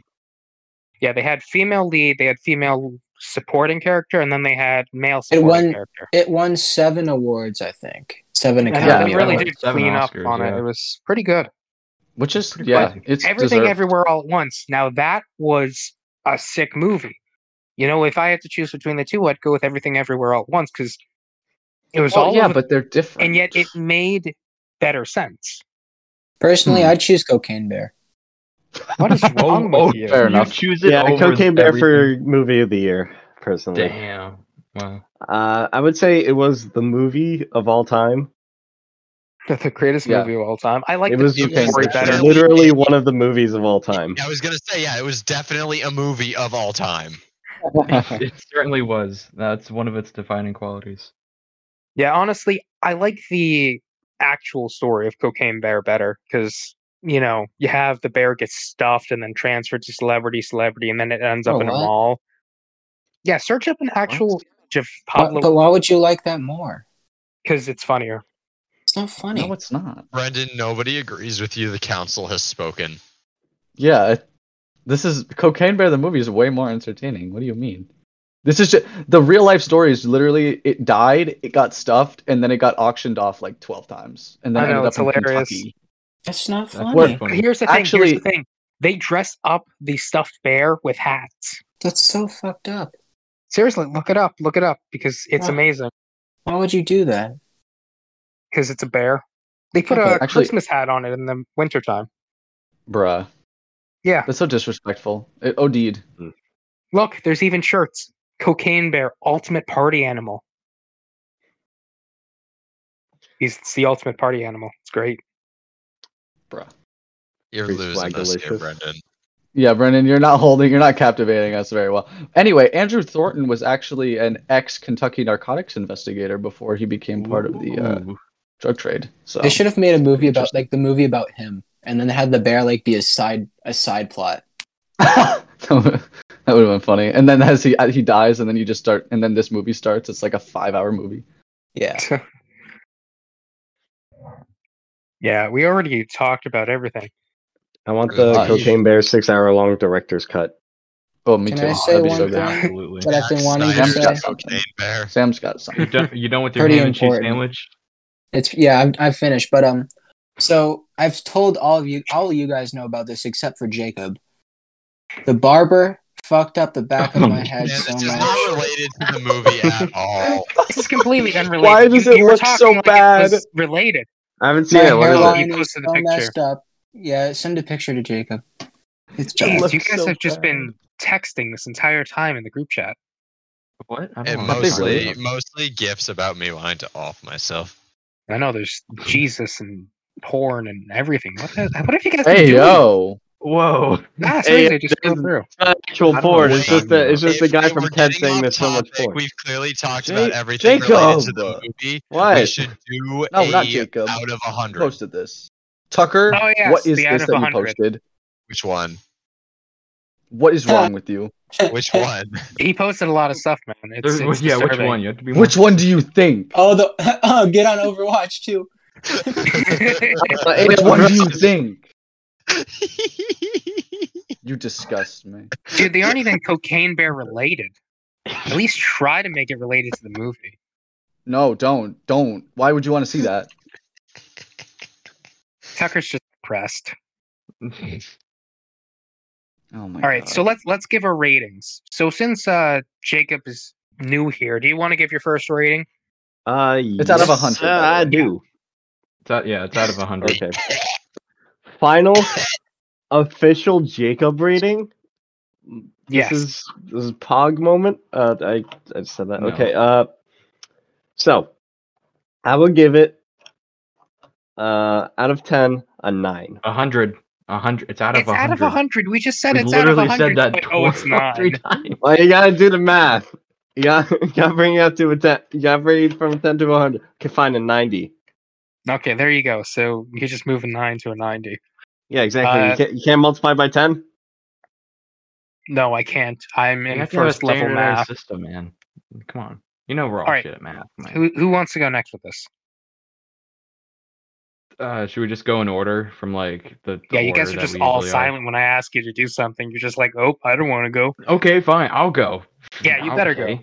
Speaker 1: Yeah, they had female lead. They had female supporting character, and then they had male supporting
Speaker 2: won-
Speaker 1: character.
Speaker 2: It won seven awards, I think. Seven
Speaker 1: And
Speaker 2: Academy.
Speaker 1: yeah,
Speaker 4: Academy
Speaker 1: they really
Speaker 2: Awards.
Speaker 1: did
Speaker 3: Seven
Speaker 1: clean up
Speaker 3: Oscars,
Speaker 1: on it.
Speaker 3: yeah.
Speaker 1: It was pretty good.
Speaker 4: Which is
Speaker 3: Pretty
Speaker 4: yeah,
Speaker 3: crazy.
Speaker 4: it's
Speaker 1: Everything,
Speaker 4: deserved.
Speaker 1: everywhere, all at once. Now that was a sick movie. You know, if I had to choose between the two, I'd go with everything, everywhere, all at once because it was
Speaker 4: Well,
Speaker 1: all
Speaker 4: yeah,
Speaker 1: over
Speaker 4: but they're different.
Speaker 1: and yet it made better sense.
Speaker 2: Personally,
Speaker 4: Hmm.
Speaker 2: I choose Cocaine Bear.
Speaker 1: What is wrong
Speaker 3: oh,
Speaker 1: with you?
Speaker 4: oh, fair enough.
Speaker 3: You choose it
Speaker 6: Yeah,
Speaker 3: over
Speaker 6: Cocaine Bear
Speaker 3: everything.
Speaker 6: for movie of the year. personally.
Speaker 3: Damn. Wow.
Speaker 6: Uh, I would say it was the movie of all time.
Speaker 1: the greatest
Speaker 4: Yeah.
Speaker 1: movie of all time. I like
Speaker 6: it
Speaker 1: the
Speaker 6: was
Speaker 1: Jim
Speaker 5: okay,
Speaker 1: Carrey
Speaker 5: so-
Speaker 1: better.
Speaker 6: literally one of the movies of all time.
Speaker 5: I was gonna say, yeah, it was definitely a movie of all time.
Speaker 3: it certainly was. That's one of its defining qualities.
Speaker 1: Yeah, honestly, I like the actual story of Cocaine Bear better because you know you have the bear gets stuffed and then transferred to celebrity, celebrity, and then it ends up
Speaker 2: Oh,
Speaker 1: in a
Speaker 2: what?
Speaker 1: mall. Yeah, search up an actual image of
Speaker 2: Why- but
Speaker 1: Pablo
Speaker 2: why would you like that more?
Speaker 1: because it's funnier.
Speaker 2: It's not funny.
Speaker 4: no, it's not.
Speaker 5: Brendan, nobody agrees with you. The council has spoken.
Speaker 4: Yeah, it- this is Cocaine Bear. The movie is way more entertaining. What do you mean? This is just, the real life story. Is literally it died, it got stuffed, and then it got auctioned off like twelve times, and then
Speaker 1: I know,
Speaker 4: ended up
Speaker 1: it's
Speaker 4: in
Speaker 1: hilarious.
Speaker 4: Kentucky.
Speaker 2: That's not
Speaker 3: That's
Speaker 2: funny.
Speaker 4: What?
Speaker 3: funny.
Speaker 1: Here's the thing. here's
Speaker 4: Actually-
Speaker 1: the thing. They dress up the stuffed bear with hats.
Speaker 2: That's so fucked up.
Speaker 1: Seriously, look it up. Look it up because it's
Speaker 2: Wow.
Speaker 1: amazing.
Speaker 2: Why would you do that?
Speaker 1: Because it's a bear. They put
Speaker 2: Yeah,
Speaker 1: a
Speaker 2: but
Speaker 4: actually-
Speaker 1: Christmas hat on it in the wintertime.
Speaker 4: Bruh,
Speaker 1: Yeah.
Speaker 4: that's so disrespectful. Eh, oh, It OD'd.
Speaker 1: Look, there's even shirts. Cocaine Bear, ultimate party animal. He's it's the ultimate party animal. It's great.
Speaker 4: Bruh.
Speaker 5: You're
Speaker 6: Free
Speaker 5: losing us here,
Speaker 6: Swagalicious.
Speaker 5: Brendan.
Speaker 4: Yeah, Brendan, you're not holding, you're not captivating us very well. Anyway, Andrew Thornton was actually an ex Kentucky narcotics investigator before he became part of the uh,
Speaker 3: Ooh.
Speaker 4: drug trade. So
Speaker 2: They should have made a movie about
Speaker 4: Interesting.
Speaker 2: like the movie about him, and then had the bear like be a side a side plot.
Speaker 4: that would that would have been funny. And then as he uh, he dies, and then you just start, and then this movie starts. It's like a five hour movie.
Speaker 2: Yeah.
Speaker 1: yeah, we already talked about everything.
Speaker 6: I want
Speaker 5: Really?
Speaker 6: the
Speaker 4: Nice.
Speaker 6: Cocaine Bear six hour long director's cut.
Speaker 4: Oh, me
Speaker 2: Can
Speaker 4: too.
Speaker 2: I
Speaker 4: Oh,
Speaker 2: say
Speaker 4: that'd be
Speaker 2: one
Speaker 4: so
Speaker 2: thing?
Speaker 4: good.
Speaker 3: Absolutely.
Speaker 2: But I've been
Speaker 5: Zack
Speaker 2: wanting
Speaker 5: Snyder's
Speaker 4: Snyder's
Speaker 2: to
Speaker 4: got
Speaker 2: say
Speaker 4: some-
Speaker 5: cocaine bear.
Speaker 4: Sam's got
Speaker 3: You
Speaker 4: something.
Speaker 3: done? You done with your
Speaker 2: Pretty
Speaker 3: ham and cheese
Speaker 2: important.
Speaker 3: sandwich?
Speaker 2: it's yeah. I've, I've finished, but um, so I've told all of you, all of you guys know about this except for Jacob. The barber fucked up the back of
Speaker 3: Oh, man,
Speaker 2: my
Speaker 5: Man,
Speaker 2: head
Speaker 5: this
Speaker 2: so
Speaker 5: is
Speaker 2: much.
Speaker 5: not related to the movie at all.
Speaker 1: This is completely unrelated.
Speaker 4: Why does it
Speaker 1: were
Speaker 4: look so
Speaker 1: talking
Speaker 4: bad?
Speaker 1: was related.
Speaker 6: I haven't
Speaker 2: My
Speaker 6: seen it. What
Speaker 1: hairline-
Speaker 6: is it?
Speaker 2: hairline is
Speaker 1: posted the
Speaker 2: so
Speaker 1: picture.
Speaker 2: messed up. Yeah, send a picture to Jacob. It's
Speaker 1: Jeez,
Speaker 2: bad.
Speaker 4: looks
Speaker 1: you guys
Speaker 4: so
Speaker 1: have just been texting this entire time in the group chat.
Speaker 3: What? I
Speaker 5: And
Speaker 3: know.
Speaker 4: Have they
Speaker 5: mostly,
Speaker 4: really?
Speaker 5: mostly gifts about me wanting to off myself.
Speaker 1: I know there's Jesus and porn and everything. What, the, what have you guys been
Speaker 4: Hey
Speaker 1: doing?
Speaker 4: yo,
Speaker 3: Whoa.
Speaker 1: Ah,
Speaker 6: Hey,
Speaker 1: seriously, just go
Speaker 6: there's-
Speaker 1: through.
Speaker 6: It's not actual
Speaker 3: I don't know
Speaker 6: porn.
Speaker 3: what
Speaker 6: It's just
Speaker 3: time
Speaker 6: the it's
Speaker 3: you are.
Speaker 6: just the
Speaker 5: If
Speaker 6: guy
Speaker 5: we
Speaker 6: from
Speaker 5: were
Speaker 6: Ted
Speaker 5: getting
Speaker 6: saying
Speaker 5: off
Speaker 6: there's so much
Speaker 5: topic,
Speaker 6: porn.
Speaker 5: We've clearly talked
Speaker 4: Ja-
Speaker 5: about everything related to the
Speaker 4: Jacob!
Speaker 5: movie. We
Speaker 6: What?
Speaker 5: should do
Speaker 4: No,
Speaker 5: a
Speaker 4: not Jacob.
Speaker 5: out of a
Speaker 4: who
Speaker 5: hundred.
Speaker 4: posted this? Tucker,
Speaker 1: Oh, yes,
Speaker 4: what is
Speaker 1: the out
Speaker 4: this
Speaker 1: of
Speaker 4: that you
Speaker 1: 100.
Speaker 4: posted?
Speaker 5: Which one?
Speaker 4: What is wrong with you?
Speaker 5: Which one?
Speaker 1: He posted a lot of stuff, man. It's,
Speaker 3: There's,
Speaker 1: it's
Speaker 3: yeah, which
Speaker 1: disturbing.
Speaker 3: one? You have to be more
Speaker 4: Which one do you think?
Speaker 2: Oh, the oh, get on Overwatch too.
Speaker 4: Which one do you think? You disgust me.
Speaker 1: Dude, they aren't even Cocaine Bear related. At least try to make it related to the movie.
Speaker 4: No, don't, don't. Why would you want to see that?
Speaker 1: Tucker's just depressed.
Speaker 4: Oh my.
Speaker 1: All right,
Speaker 4: God.
Speaker 1: so let's let's give our ratings. So since uh Jacob is new here, do you want to give your first rating?
Speaker 6: Uh,
Speaker 4: It's out of
Speaker 6: yes,
Speaker 4: 100, by
Speaker 6: uh,
Speaker 4: the
Speaker 6: I
Speaker 4: way.
Speaker 6: do.
Speaker 3: It's out, yeah, it's out of a hundred.
Speaker 6: Okay. Final official Jacob rating. This
Speaker 1: Yes.
Speaker 6: is this is Pog moment. Uh, I I said that.
Speaker 3: No.
Speaker 6: Okay. Uh, so I will give it uh out of ten a nine.
Speaker 3: A hundred. A hundred. It's out of
Speaker 1: It's
Speaker 3: a
Speaker 1: out of a
Speaker 3: hundred.
Speaker 1: hundred. We just said
Speaker 3: We
Speaker 1: it's out of a
Speaker 3: literally
Speaker 1: hundred.
Speaker 3: said that
Speaker 1: but- oh, it's
Speaker 3: twice,
Speaker 1: not.
Speaker 3: three times.
Speaker 6: Well, you gotta do the math. You gotta, you gotta bring it up to a ten. You gotta bring it from ten to a hundred. Can find a ninety.
Speaker 1: Okay, there you go. So you just move a nine to a ninety.
Speaker 6: Yeah, exactly.
Speaker 1: Uh,
Speaker 6: you, can't, you can't multiply by ten.
Speaker 1: No, I can't. I'm
Speaker 3: You
Speaker 1: in
Speaker 3: have to have a
Speaker 1: first level
Speaker 3: standardized
Speaker 1: math.
Speaker 3: system, man. Come on. You know we're all,
Speaker 1: All right.
Speaker 3: shit at math, man.
Speaker 1: Who who wants to go next with this?
Speaker 3: Uh, should we just go in order from like the, the
Speaker 1: Yeah, you guys
Speaker 3: order
Speaker 1: are
Speaker 3: that
Speaker 1: just
Speaker 3: we
Speaker 1: all
Speaker 3: usually are?
Speaker 1: silent when I ask you to do something. You're just like, oh, I don't want to go.
Speaker 3: Okay, fine. I'll go.
Speaker 1: Yeah, you better go.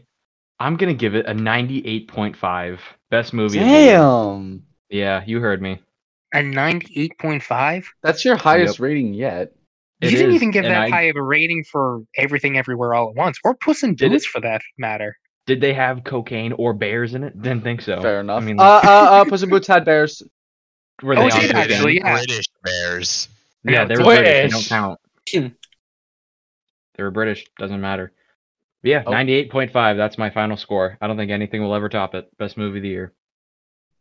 Speaker 3: I'm gonna give it a 98.5. Best movie. of the year.
Speaker 4: Damn,
Speaker 3: Yeah, you heard me.
Speaker 1: A ninety-eight point five.
Speaker 4: that's your highest rating yet.
Speaker 1: You
Speaker 3: It
Speaker 1: didn't
Speaker 3: is,
Speaker 1: even give
Speaker 3: and
Speaker 1: that
Speaker 3: I-
Speaker 1: high of a rating for everything, everywhere, all at once, or Puss in
Speaker 3: Did it-
Speaker 1: Boots for that matter.
Speaker 3: Did they have cocaine or bears in it? Didn't think so.
Speaker 4: Fair enough.
Speaker 3: I mean,
Speaker 4: uh,
Speaker 3: like,
Speaker 4: uh, uh, Puss in Boots had bears.
Speaker 3: were
Speaker 1: oh,
Speaker 3: they
Speaker 1: it
Speaker 3: on
Speaker 1: did
Speaker 3: cocaine?
Speaker 1: actually, yeah.
Speaker 5: British bears.
Speaker 1: Yeah,
Speaker 3: Yeah, they were
Speaker 4: it's-
Speaker 3: British. They don't
Speaker 4: Wish.
Speaker 3: count.
Speaker 2: Hmm.
Speaker 3: They were British. Doesn't matter. yeah,
Speaker 4: Oh.
Speaker 3: 98.5. That's my final score. I don't think anything will ever top it. Best movie of the year.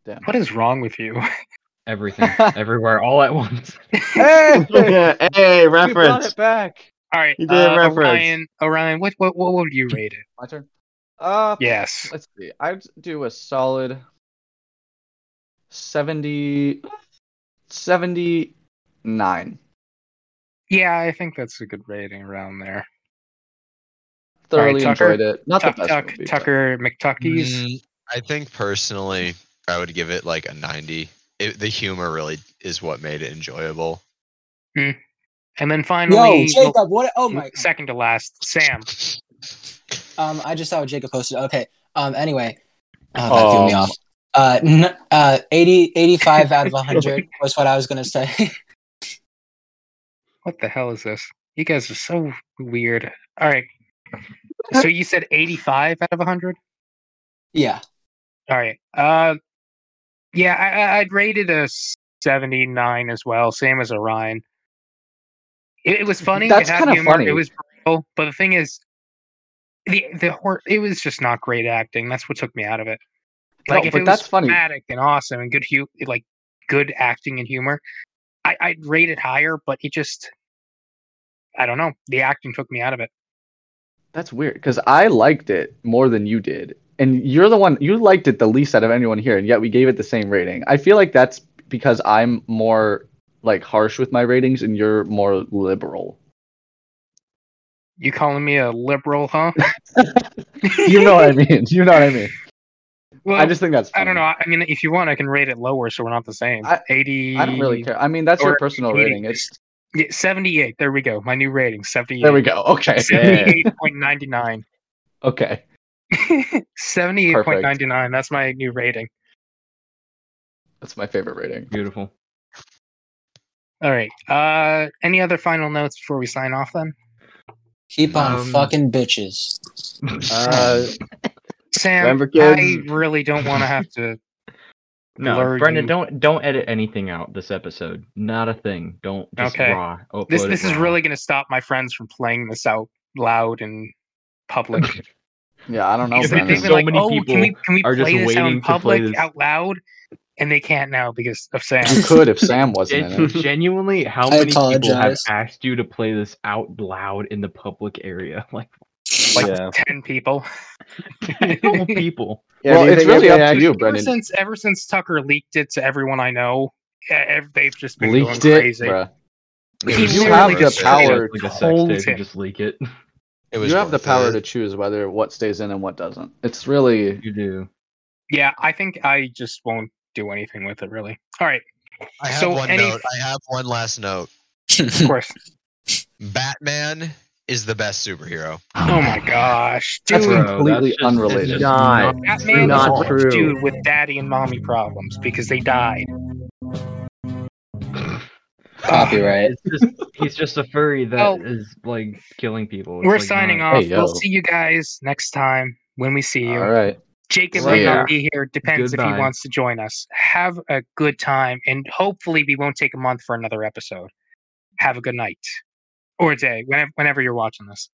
Speaker 4: Damn.
Speaker 1: What is wrong with you?
Speaker 3: Everything, everywhere, all at once.
Speaker 6: hey, hey,
Speaker 4: We brought
Speaker 6: reference.
Speaker 4: it back.
Speaker 1: All right,
Speaker 6: You did
Speaker 1: uh,
Speaker 6: reference.
Speaker 1: Orion. Orion, what what what would you rate it?
Speaker 4: My turn. Uh,
Speaker 1: Yes.
Speaker 4: Let's see. I'd do a solid 70 79
Speaker 1: Yeah, I think that's a good rating around there.
Speaker 4: thoroughly
Speaker 1: Tucker.
Speaker 4: enjoyed it not
Speaker 1: Tuck,
Speaker 4: the best
Speaker 1: Tuck,
Speaker 4: movie, but-
Speaker 1: Tucker McTuckies.
Speaker 5: Mm, I think personally, I would give it like a 90. It, the humor really is what made it enjoyable.
Speaker 1: And then
Speaker 2: Yo,
Speaker 1: finally,
Speaker 2: Jacob, what? Oh my.
Speaker 1: second to last, Sam.
Speaker 2: Um, I just saw what Jacob posted. Okay. Um. Anyway, oh, that threw me
Speaker 4: Oh.
Speaker 2: off. Uh, n- uh, 80, 85 out of 100 was what I was gonna say.
Speaker 1: What the hell is this? You guys are so weird. All right. So you said 85 out of 100?
Speaker 2: yeah.
Speaker 1: All right. Uh, yeah, I, I- I'd rated a 79 as well, same as Orion. It, it was funny.
Speaker 4: That's
Speaker 1: it had
Speaker 4: kinda
Speaker 1: humor.
Speaker 4: funny.
Speaker 1: It was brutal, but the thing is, the the hor- it was just not great acting. That's what took me out of it.
Speaker 4: No,
Speaker 1: Like if
Speaker 4: but
Speaker 1: it
Speaker 4: that's
Speaker 1: was
Speaker 4: funny.
Speaker 1: dramatic and awesome and good hu- like good acting and humor, I, I'd rate it higher. But it just, I don't know. The acting took me out of it.
Speaker 4: That's weird because I liked it more than you did, and you're the one you liked it the least out of anyone here, and yet we gave it the same rating. I feel like that's because I'm more like harsh with my ratings, and you're more liberal.
Speaker 1: You calling me a liberal, huh?
Speaker 4: You know what I mean? You know what I mean?
Speaker 1: Well,
Speaker 4: I just think that's. Funny.
Speaker 1: I don't know. I I mean, if you want, I can rate it lower, so we're not the same.
Speaker 4: Mm-hmm. I-
Speaker 1: Eighty.
Speaker 4: I don't really care. I mean, that's your
Speaker 1: Or
Speaker 4: personal
Speaker 1: 80.
Speaker 4: rating. It's
Speaker 1: Yeah, Seventy-eight. There we go. My new rating: seventy-eight.
Speaker 4: there we go. Okay.
Speaker 1: Seventy-eight point ninety-nine.
Speaker 4: Okay.
Speaker 1: Seventy-eight point ninety-nine. That's my new rating.
Speaker 4: That's my favorite rating.
Speaker 3: Beautiful.
Speaker 1: All right. Uh, any other final notes before we sign off? Then
Speaker 2: Keep on
Speaker 3: Um,
Speaker 2: fucking bitches.
Speaker 4: Uh,
Speaker 1: Sam,
Speaker 6: Remember,
Speaker 1: I
Speaker 6: kids.
Speaker 1: really don't want to have to.
Speaker 3: No,
Speaker 1: Blur
Speaker 3: Brendan,
Speaker 1: you.
Speaker 3: don't don't edit anything out this episode. Not a thing. Don't just
Speaker 1: Okay.
Speaker 3: raw. Upload
Speaker 1: This
Speaker 3: it
Speaker 1: this is
Speaker 3: raw.
Speaker 1: really going to stop my friends from playing this out loud and public.
Speaker 4: yeah, I don't know.
Speaker 1: Because
Speaker 3: If it
Speaker 1: they've
Speaker 4: Brandon.
Speaker 1: been
Speaker 3: So
Speaker 1: like,
Speaker 3: many
Speaker 1: oh, can we
Speaker 3: people
Speaker 1: can we
Speaker 3: are just
Speaker 1: play this out in
Speaker 3: waiting to play
Speaker 1: public
Speaker 3: this."
Speaker 1: out loud? And they can't now because of Sam.
Speaker 4: You could if Sam wasn't in
Speaker 3: Gen-
Speaker 4: it.
Speaker 3: genuinely, how
Speaker 2: I
Speaker 3: many people have
Speaker 2: apologize.
Speaker 3: asked you to play this out loud in the public area? Like,
Speaker 1: like
Speaker 6: yeah.
Speaker 1: ten people.
Speaker 3: all people.
Speaker 4: Well,
Speaker 6: do you
Speaker 4: it's
Speaker 6: think
Speaker 4: really
Speaker 6: if they
Speaker 4: up to
Speaker 6: act-
Speaker 4: you,
Speaker 1: ever
Speaker 4: Brendan.
Speaker 1: since ever since Tucker leaked it to everyone I know, e- ev- they've just been
Speaker 4: Leaked
Speaker 1: going
Speaker 4: it,
Speaker 1: crazy.
Speaker 4: bruh.
Speaker 1: He
Speaker 4: You
Speaker 1: literally
Speaker 4: have the
Speaker 1: just
Speaker 4: power.
Speaker 3: like a sex
Speaker 1: told
Speaker 3: tape
Speaker 1: him.
Speaker 3: and just leak it.
Speaker 5: It was
Speaker 4: You have the
Speaker 5: worth
Speaker 4: power
Speaker 5: it.
Speaker 4: to choose whether what stays in and what doesn't. It's really
Speaker 3: You do.
Speaker 1: Yeah, I think I just won't do anything with it really. All right,
Speaker 5: I have
Speaker 1: So
Speaker 5: one
Speaker 1: any-
Speaker 5: note. I have one last note.
Speaker 1: of course.
Speaker 5: Batman is the best superhero.
Speaker 1: oh my gosh,
Speaker 4: That's
Speaker 1: dude.
Speaker 4: completely
Speaker 3: it's
Speaker 4: unrelated.
Speaker 3: just
Speaker 6: Not-
Speaker 1: That
Speaker 3: true
Speaker 1: man
Speaker 3: at
Speaker 1: was
Speaker 6: not
Speaker 3: all.
Speaker 1: a
Speaker 6: true.
Speaker 1: dude with daddy and mommy problems because they died.
Speaker 2: Copyright.
Speaker 3: It's just, he's just a furry that
Speaker 1: Well-
Speaker 4: Oh.
Speaker 3: is like killing people. It's
Speaker 1: We're
Speaker 3: like
Speaker 1: signing
Speaker 3: not-
Speaker 1: off.
Speaker 4: Hey,
Speaker 1: we'll
Speaker 4: yo.
Speaker 1: see you guys next time when we see you.
Speaker 4: all right.
Speaker 1: Jacob
Speaker 4: See
Speaker 1: might
Speaker 4: ya.
Speaker 1: not be here. Depends if
Speaker 3: Goodbye.
Speaker 1: he wants to join us. Have a good time, and hopefully we won't take a month for another episode. Have a good night or day, whenever, whenever you're watching this.